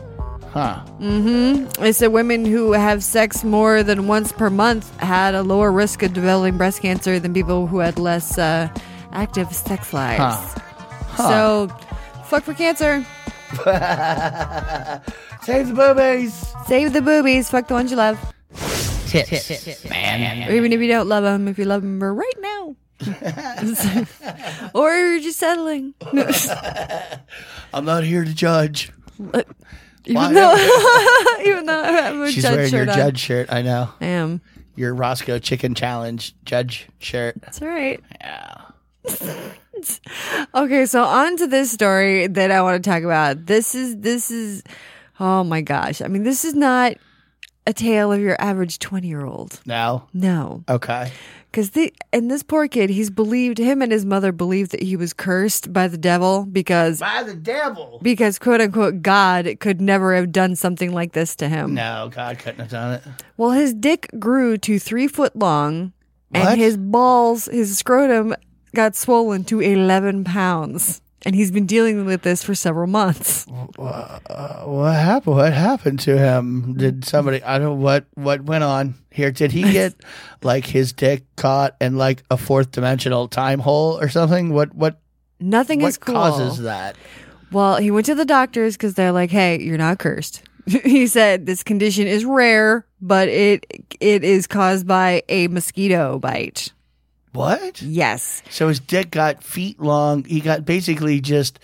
Huh.
It's that women who have sex more than once per month had a lower risk of developing breast cancer than people who had less uh, active sex lives.
Huh.
So, fuck for cancer.
Save the boobies.
Save the boobies. Fuck the ones you love. Or even if you don't love them, if you love them right now. or you're just settling.
I'm not here to judge. Why?
Even though, even though I have a
She's
judge
wearing
shirt
your
on.
judge shirt. I know.
I am.
Your Roscoe Chicken Challenge judge shirt.
It's all right. Yeah. okay, so on to this story that I want to talk about. This is this is oh my gosh. I mean, this is not a tale of your average 20-year-old.
No.
No.
Okay.
Cuz the and this poor kid, he's believed him and his mother believed that he was cursed by the devil because
By the devil.
because quote unquote God could never have done something like this to him.
No, God couldn't have done it.
Well, his dick grew to three foot long,
What?
and his balls, his scrotum, got swollen to eleven pounds. And he's been dealing with this for several months.
What happened? What happened to him? Did somebody? I don't. What? What went on here? Did he get like his dick caught in like a fourth dimensional time hole or something? What? What?
Nothing is
What
cool.
causes that?
Well, he went to the doctors because they're like, "Hey, you're not cursed." he said this condition is rare, but it it is caused by a mosquito bite.
What?
Yes.
So his dick got feet long. He got basically just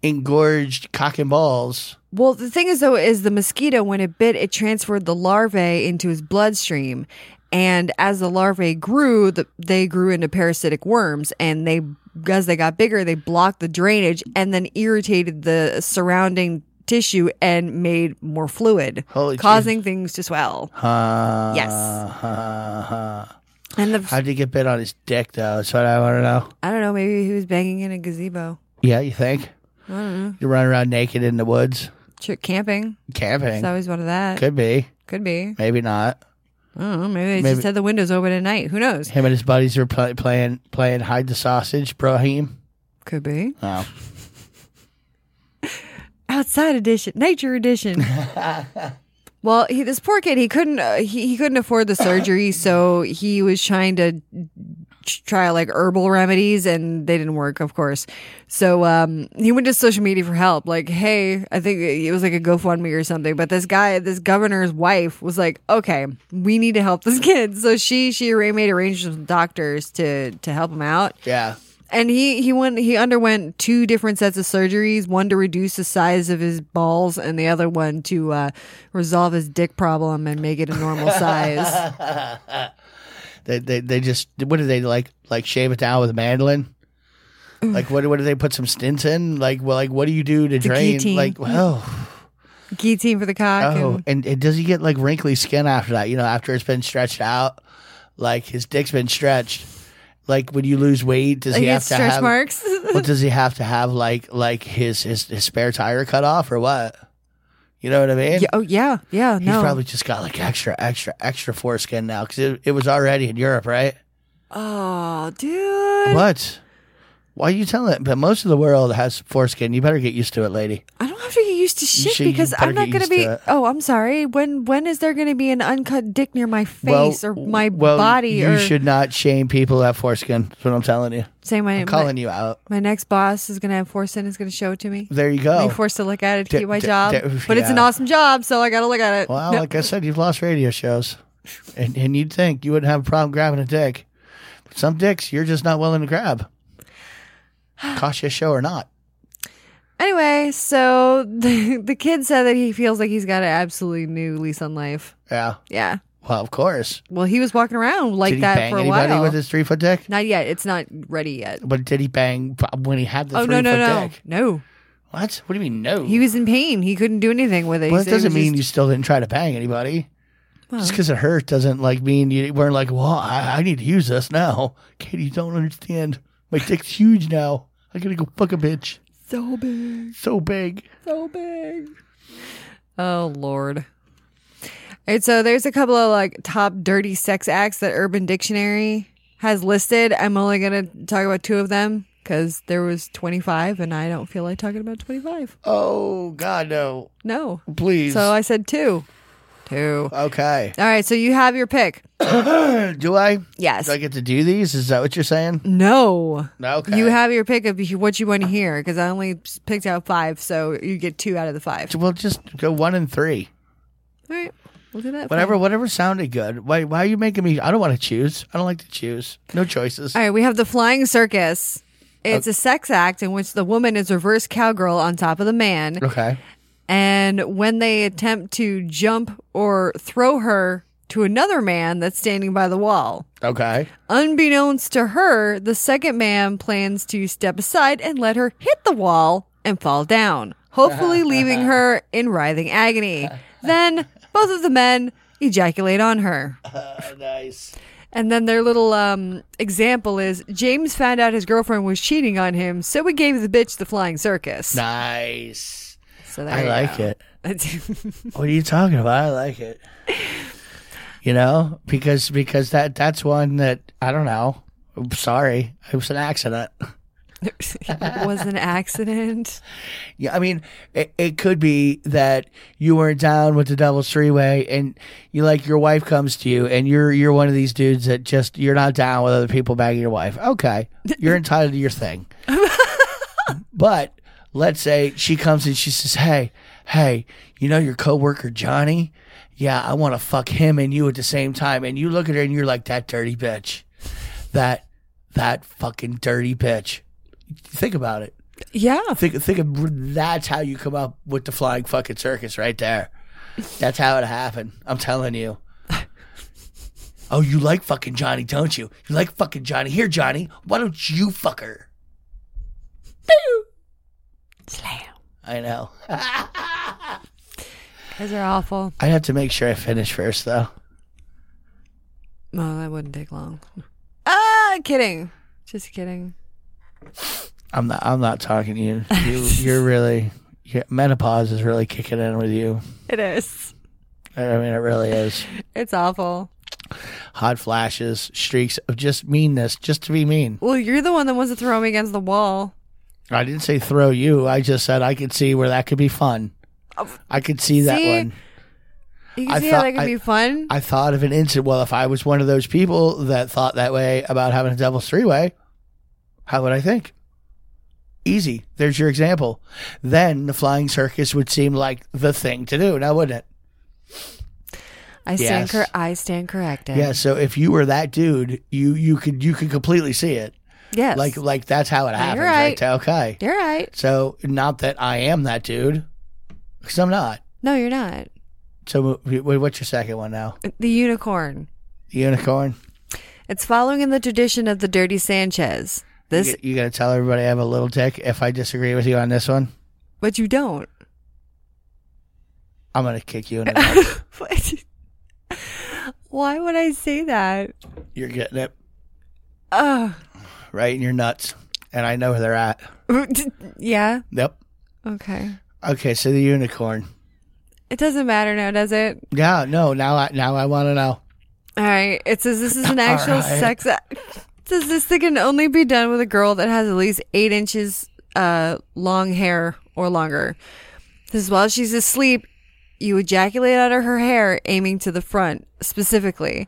engorged cock and balls.
Well, the thing is, though, is the mosquito, when it bit, it transferred the larvae into his bloodstream. And as the larvae grew, the, they grew into parasitic worms. And they, as they got bigger, they blocked the drainage and then irritated the surrounding tissue and made more fluid,
Holy
causing things to swell.
Uh,
Yes.
huh, huh.
And the,
Uh-huh. How'd he get bit on his dick, though? That's what I want to know.
I don't know, maybe he was banging in a gazebo,
Yeah, you think? You run around naked in the woods,
Ch- camping.
camping.
It's always one of that. Could,
Could be,
be.
maybe not.
I don't know. Maybe they
Maybe-
just had the windows open at night. Who knows?
Him and his buddies were play, playing playing hide the sausage, Brahim.
Could be.
Oh,
outside edition, nature edition. well, he, this poor kid, he couldn't uh, he, he couldn't afford the surgery, so he was trying to try like herbal remedies and they didn't work, of course. So um he went to social media for help. Like, hey, I think it was like a GoFundMe or something, but this guy, this governor's wife was like, "Okay, we need to help this kid." So she she arra- made arrangements with doctors to to help him out
yeah.
and he he went he underwent two different sets of surgeries one to reduce the size of his balls and the other one to uh, resolve his dick problem and make it a normal size
They, they they just what do they like like shave it down with a mandolin? Like what what do they put some stints in? Like well like what do you do to drain?
guillotine.
Like well.
guillotine for the cock
Oh,
and-
and, and does he get like wrinkly skin after that? You know, after it's been stretched out, like his dick's been stretched. Like when you lose weight, does
like
he have
it's
to
stretch
have?
marks
Well, does he have to have like like his his, his spare tire cut off or what? You know what I mean?
yeah, oh yeah yeah
He's
no
probably just got like extra, extra, extra foreskin now because it, it was already in Europe, right?
Oh, dude.
What? Why are you telling it? But most of the world has foreskin. You better get used to it, lady.
I don't have to get used to shit
should- you
because
better
I'm not
get
going to
used to
be.
it.
oh, I'm sorry. When when is there going to be an uncut dick near my face or my
well,
body?
You
or
should not shame people that have foreskin. That's what I'm telling you.
say my
I'm calling
my,
you out.
my next boss is going to have force and is going to show it to me.
There you
I'm
go.
forced to look at it to
D-
keep my
d-
job,
d-
but it's an
yeah.
awesome job, so I got to look at it.
Wow,
No.
like I said, you've lost radio shows, and and you'd think you wouldn't have a problem grabbing a dick. But some dicks you're just not willing to grab. Cautious show or not.
Anyway, so the, the kid said that he feels like he's got an absolutely new lease on life.
Yeah.
Yeah.
Well, of course.
Well, he was walking around like
did he
that
bang
for a
anybody
while.
with his three foot dick?
not yet. It's not ready yet.
But did he bang when he had the
Oh
three
no no
foot
no
dick?
no!
What? What do you mean no?
He was in pain. He couldn't do anything with it.
Well,
He said
that
he
doesn't
was
mean you
just-
still didn't try to bang anybody. Just
Well.
because it hurt doesn't like mean you weren't like, well, I, I need to use this now. Katie, you don't understand. My dick's huge now. I gotta go fuck a bitch.
so big,
So big.
so big. Oh lord. And so there's a couple of like top dirty sex acts that Urban Dictionary has listed. I'm only gonna talk about two of them because there was 25, and I don't feel like talking about 25.
Oh God, no!
No,
Please.
so I said two, two.
okay.
All right, so you have your pick.
Do I?
Yes.
Do I get to do these? Is that what you're saying?
No.
Okay.
You have your pick of what you want to hear because I only picked out five, so you get two out of the five.
Well, just go one and three.
All right, we'll do that.
Whatever, whatever sounded good. Why? Why are you making me? I don't want to choose. I don't like to choose. No choices.
All right, we have the flying circus. It's a sex act in which the woman is reverse cowgirl on top of the man,
okay.
and when they attempt to jump or throw her to another man that's standing by the wall,
Okay.
unbeknownst to her, the second man plans to step aside and let her hit the wall and fall down, hopefully leaving her in writhing agony. Then both of the men ejaculate on her.
Uh, nice.
And then their little um, example is James found out his girlfriend was cheating on him, so we gave the bitch the flying circus.
Nice.
So there
I
you
like it.
go.
What are you talking about? I like it. You know, because because that that's one that I don't know. I'm sorry, it was an accident.
it was an accident.
Yeah, I mean, it, it could be that you weren't down with the devil's three way, and you like your wife comes to you, and you're you're one of these dudes that just you're not down with other people bagging your wife. Okay, you're entitled to your thing, but let's say she comes and she says, "Hey, hey, you know your coworker Johnny? Yeah, I want to fuck him and you at the same time." And you look at her and you're like, "That dirty bitch, that that fucking dirty bitch." Think about it.
Yeah.
Think think of that's how you come up with the flying fucking circus right there. That's how it happened. I'm telling you. Oh, you like fucking Johnny, don't you? You like fucking Johnny. Here, Johnny, why don't you fuck her? Slam. I know.
Those are awful.
I'd have to make sure I finish first, though.
Well, that wouldn't take long. Ah, kidding. Just kidding.
I'm not. I'm not talking to you. you you're really. Your menopause is really kicking in with you.
It is.
I mean, it really is.
It's awful.
Hot flashes, streaks of just meanness, just to be mean.
Well, you're the one that wants to throw me against the wall.
I didn't say throw you. I just said I could see where that could be fun. I could see that
See?
one.
You can
I
see how
thought-
that can
I-
be fun.
I thought of an incident. Well, if I was one of those people that thought that way about having a devil's three way, how would I think? Easy. There's your example. Then the flying circus would seem like the thing to do, now wouldn't it?
I, stand
yes.
cor- I stand corrected.
Yeah. So if you were that dude, you you could you could completely see it.
Yes.
Like like that's how it happens.
right.
Okay.
you're right.
So not that I am that dude, because I'm not.
No, you're not.
So wh- wh- what's your second one now?
The unicorn.
Unicorn.
It's following in the tradition of the Dirty Sanchez. This,
you, you gotta tell everybody I have a little dick. If I disagree with you on this one,
but you don't.
I'm gonna kick you in the nuts.
What? Why would I say that?
You're getting it
Oh,
right in your nuts, and I know where they're at.
yeah.
Yep.
Okay.
Okay, so the unicorn.
It doesn't matter now, does it?
Yeah. No. Now I now I want to know.
All right. It says this is an actual
right.
sex act. It says this thing can only be done with a girl that has at least eight inches uh, long hair or longer. This is while she's asleep, you ejaculate out of her hair, aiming to the front specifically.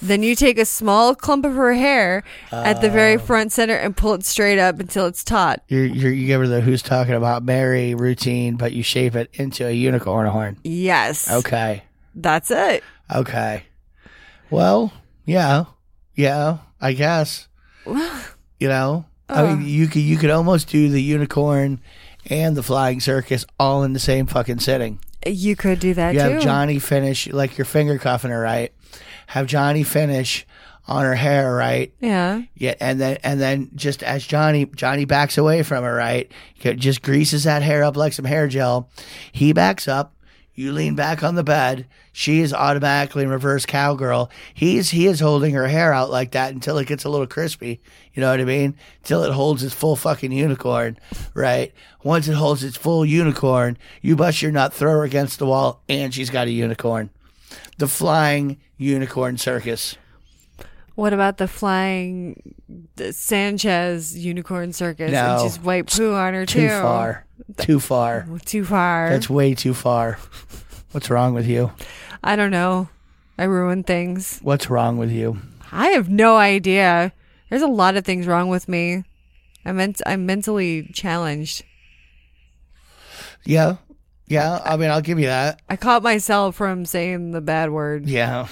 Then you take a small clump of her hair at the
Oh.
very front center and pull it straight up until it's taut.
You're, you're, you give her the who's talking about Mary routine, but you shape it into a unicorn horn.
Yes.
Okay.
That's it.
Okay. Well, yeah, yeah. I guess. you know, I mean, you could you could almost do the unicorn and the flying circus all in the same fucking sitting.
You could do that
You
too.
have Johnny finish like your finger cuffing her right. Have Johnny finish on her hair right.
yeah.
Yeah, and then and then just as Johnny Johnny backs away from her, right? He Just greases that hair up like some hair gel. He backs up. You lean back on the bed. She is automatically in reverse cowgirl. He's he is holding her hair out like that until it gets a little crispy. You know what I mean? Till it holds its full fucking unicorn, right? Once it holds its full unicorn, you bust your nut, throw her against the wall, and she's got a unicorn. The flying unicorn circus.
What about the flying the Sanchez unicorn circus?
No.
And just white poo on her too.
Too far. Too far.
Too far.
That's way too far. What's wrong with you?
I don't know. I ruin things.
What's wrong with you?
I have no idea. There's a lot of things wrong with me. I meant I'm mentally challenged.
Yeah. Yeah. I mean, I'll give you that.
I caught myself from saying the bad word.
Yeah.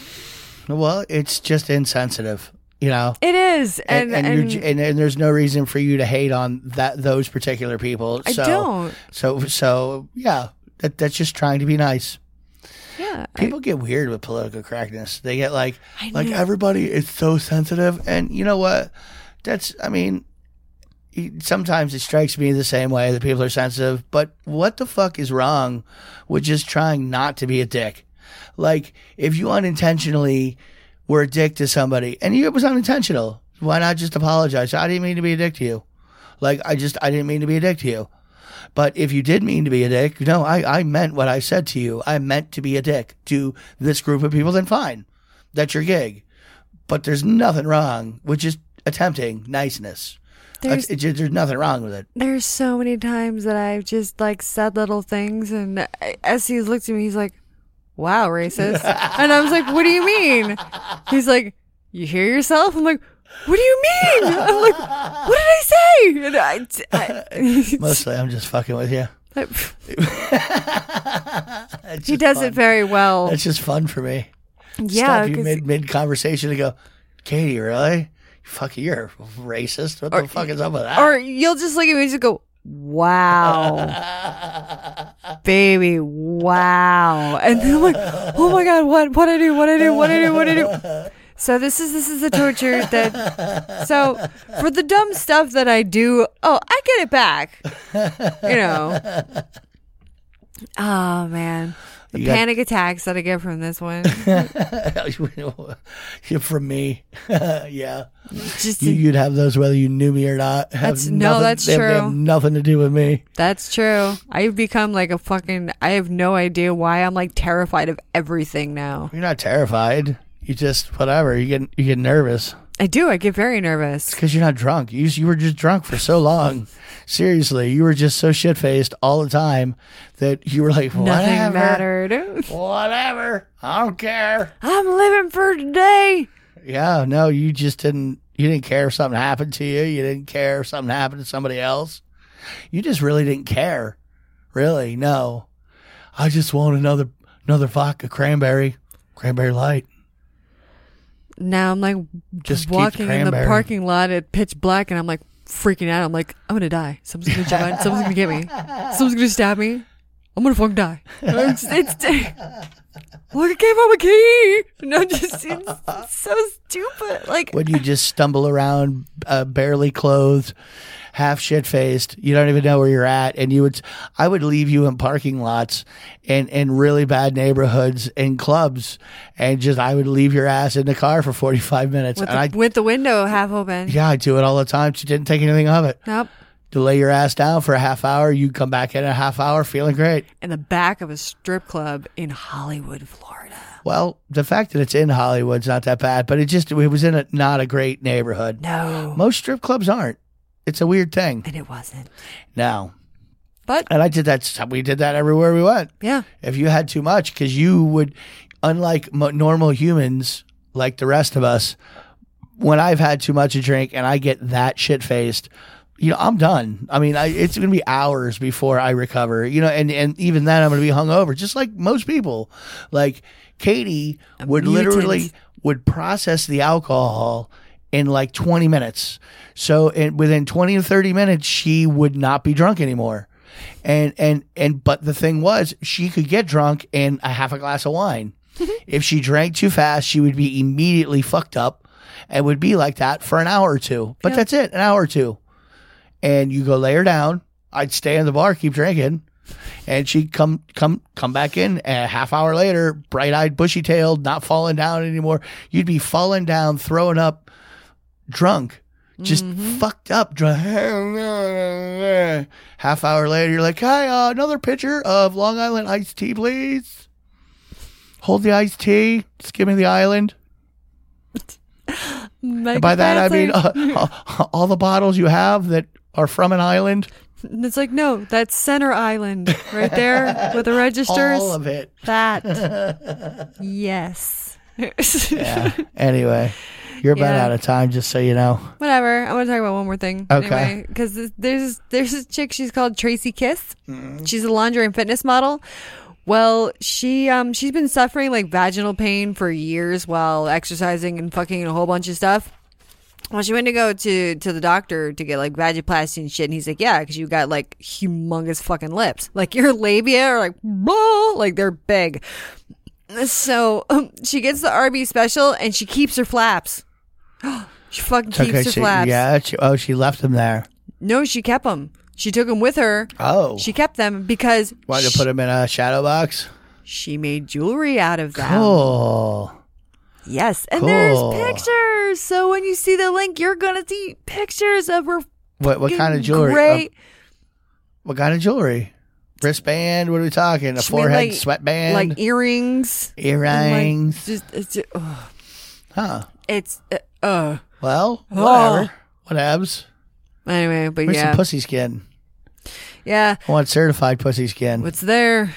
Well, it's just insensitive, you know?
It is, and, and,
you're, j- and, and there's no reason for you to hate on that those particular people.
I
So,
don't.
So, so yeah, that, that's just trying to be nice.
Yeah, I-
People get weird with political correctness. They get like,
I
like
know.
everybody is so sensitive, and you know what? That's, I mean, sometimes it strikes me the same way that people are sensitive. But what the fuck is wrong with just trying not to be a dick? Like, if you unintentionally were a dick to somebody, and you, it was unintentional, why not just apologize? I didn't mean to be a dick to you. Like, I just, I didn't mean to be a dick to you. But if you did mean to be a dick, no, I, I meant what I said to you. I meant to be a dick to this group of people, then fine. That's your gig. But there's nothing wrong with just attempting niceness.
There's-
It's- it's- there's nothing wrong with it.
there's so many times that I've just like said little things, and I- as he's looked at me, he's like, "Wow, racist," and I was like, "What do you mean?" He's like, "You hear yourself?" I'm like, "What do you mean?" I'm like, "What did I say?" And I, I-
Mostly, I'm just fucking with you. It's
he
just
does
fun.
it very well.
That's just fun for me.
yeah,
Stop you
'cause-
mid mid conversation and go, Katie, really? Fuck, you're racist. What the fuck is up with that?
or you'll just look at me and just go, "Wow, baby, wow," and then I'm like, "Oh my god, what? What I do? What I do? What I do? What I do?" So this is this is the torture that. So for the dumb stuff that I do, oh, I get it back. You know. Oh man, the
You got-
panic attacks that I get from this one.
You're from me. yeah.
Just
You, you'd have those whether you knew me or not. Have
That's- no, that's
they have- they have
true.
nothing to do with me.
That's true. I've become like a fucking. I have no idea why I'm like terrified of everything now.
You're not terrified. You just whatever. You get you get nervous
I do. I get very nervous.
because you're not drunk. You you were just drunk for so long. Seriously, you were just so shit faced all the time that you were like, whatever,
Nothing mattered.
whatever. I don't care.
I'm living for today.
Yeah, no, you just didn't. You didn't care if something happened to you. You didn't care if something happened to somebody else. You just really didn't care. Really, no. I just want another another vodka cranberry, cranberry light.
Now I'm like
Just keep the
walking in the
cranberry.
parking lot at pitch black, and I'm like freaking out. I'm like, I'm gonna die. Someone's gonna jump. on- Someone's gonna get me. Someone's gonna stab me. I'm gonna fucking die. It's, it's, look, I gave up a key. No, just it's, it's so stupid. Like
When you just stumble around, uh, barely clothed, half shit faced, you don't even know where you're at, and you would, I would leave you in parking lots and in really bad neighborhoods and clubs, and just I would leave your ass in the car for 45 minutes,
with
and I
the, with the window half open.
Yeah, I do it all the time. She didn't take anything of it.
Nope.
To lay your ass down for a half hour, you come back in a half hour feeling great.
in the back of a strip club in Hollywood, Florida.
Well, the fact that it's in Hollywood's not that bad, but it just it was in a not a great neighborhood.
No.
Most strip clubs aren't. It's a weird thing.
And it wasn't.
Now,
But
and I did that. We did that everywhere we went.
yeah.
If you had too much, because you would, unlike mo normal humans, like the rest of us, when I've had too much to drink and I get that shit faced, you know, I'm done. I mean, I, it's going to be hours before I recover, you know, and, and even then I'm going to be hungover, just like most people. Like Katie would
mutant.
literally would process the alcohol in like 20 minutes. So in, within 20 to 30 minutes, she would not be drunk anymore. And, and, and, but the thing was, she could get drunk in a half a glass of wine. if she drank too fast, she would be immediately fucked up and would be like that for an hour or two. But that's it, an hour or two. And you go lay her down. I'd stay in the bar, keep drinking. And she'd come come come back in and a half hour later, bright eyed, bushy tailed, not falling down anymore. You'd be falling down, throwing up, drunk. Just
Mm-hmm.
fucked up, drunk. Half hour later, you're like, "Hi, uh, another pitcher of Long Island iced tea, please. Hold the iced tea. Just give me the island." And by that I mean uh, all- all the bottles you have that are from an island,
it's like no, that's Center Island right there with the registers.
all of it.
that. yes.
Yeah. anyway, you're about
Yeah.
out of time, just so you know.
Whatever. I want to talk about one more thing.
Okay.
Because there's there's this chick. She's called Tracy Kiss.
Mm-hmm.
She's a lingerie and fitness model. Well, she um she's been suffering like vaginal pain for years while exercising and fucking and a whole bunch of stuff. Well, she went to go to to the doctor to get like vagoplasty and shit, and he's like, "Yeah, because you got like humongous fucking lips, like your labia are like, blah, like they're big." So um, she gets the RB special, and she keeps her flaps. she fucking keeps her
she,
flaps.
yeah. She, oh, she left him there.
No, she kept them. She took them with her.
Oh,
She kept them because
wanted
she,
to put him in a shadow box.
she made jewelry out of them.
Cool.
Yes, and there's
Cool.
pictures. So when you see the link, you're gonna see pictures of her.
What what kind
fucking
of jewelry?
Great.
Uh, what kind of jewelry? Wristband? What are we talking? A
She made,
forehead
like-
sweatband?
like earrings, and, like,
earrings?
just it's just, ugh.
huh.
it's uh, uh.
Well,
Oh.
whatever. Whatevs.
Anyway, but
Where's
yeah,
some pussy skin?
yeah,
I want certified pussy skin.
it's there,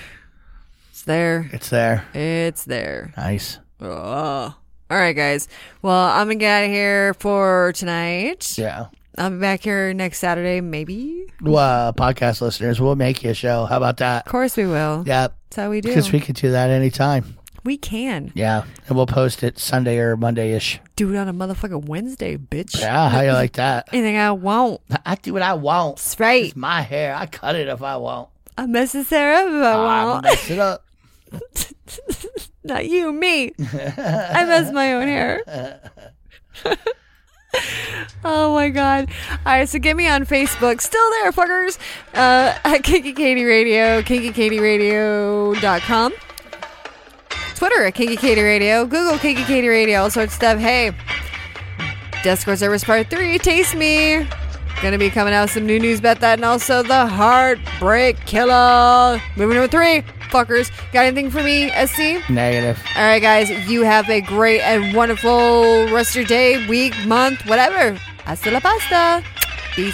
it's there,
It's there.
it's there.
Nice.
Ugh. All right, guys. Well, I'm gonna get out of here for tonight.
Yeah.
I'll be back here next Saturday, maybe.
Well, uh, podcast listeners, we'll make you a show. How about that?
Of course, we will.
Yeah.
That's how we do.
Because we could do that anytime.
we can
Yeah. And we'll post it Sunday or Monday ish.
do it on a motherfucking Wednesday, bitch.
Yeah. How you like that?
Anything I won't.
I do what I want.
That's right.
It's my hair. I cut it if I want.
I mess this hair up if I
I
want.
mess it up.
Not you, me. I mess my own hair. oh my god! All right, so get me on Facebook. Still there, fuckers. Uh, at Kinky Katie Radio, kinkykatieradio.com. Twitter at Kinky Katie Radio, Google Kinky Katie Radio, all sorts of stuff. Hey, Discord Service Part Three, Taste Me. Gonna be coming out with some new news about that, and also the Heartbreak Killer. Movie number three, fuckers. Got anything for me, SC?
Negative.
All right, guys, you have a great and wonderful rest of your day, week, month, whatever. Hasta la pasta. Peace.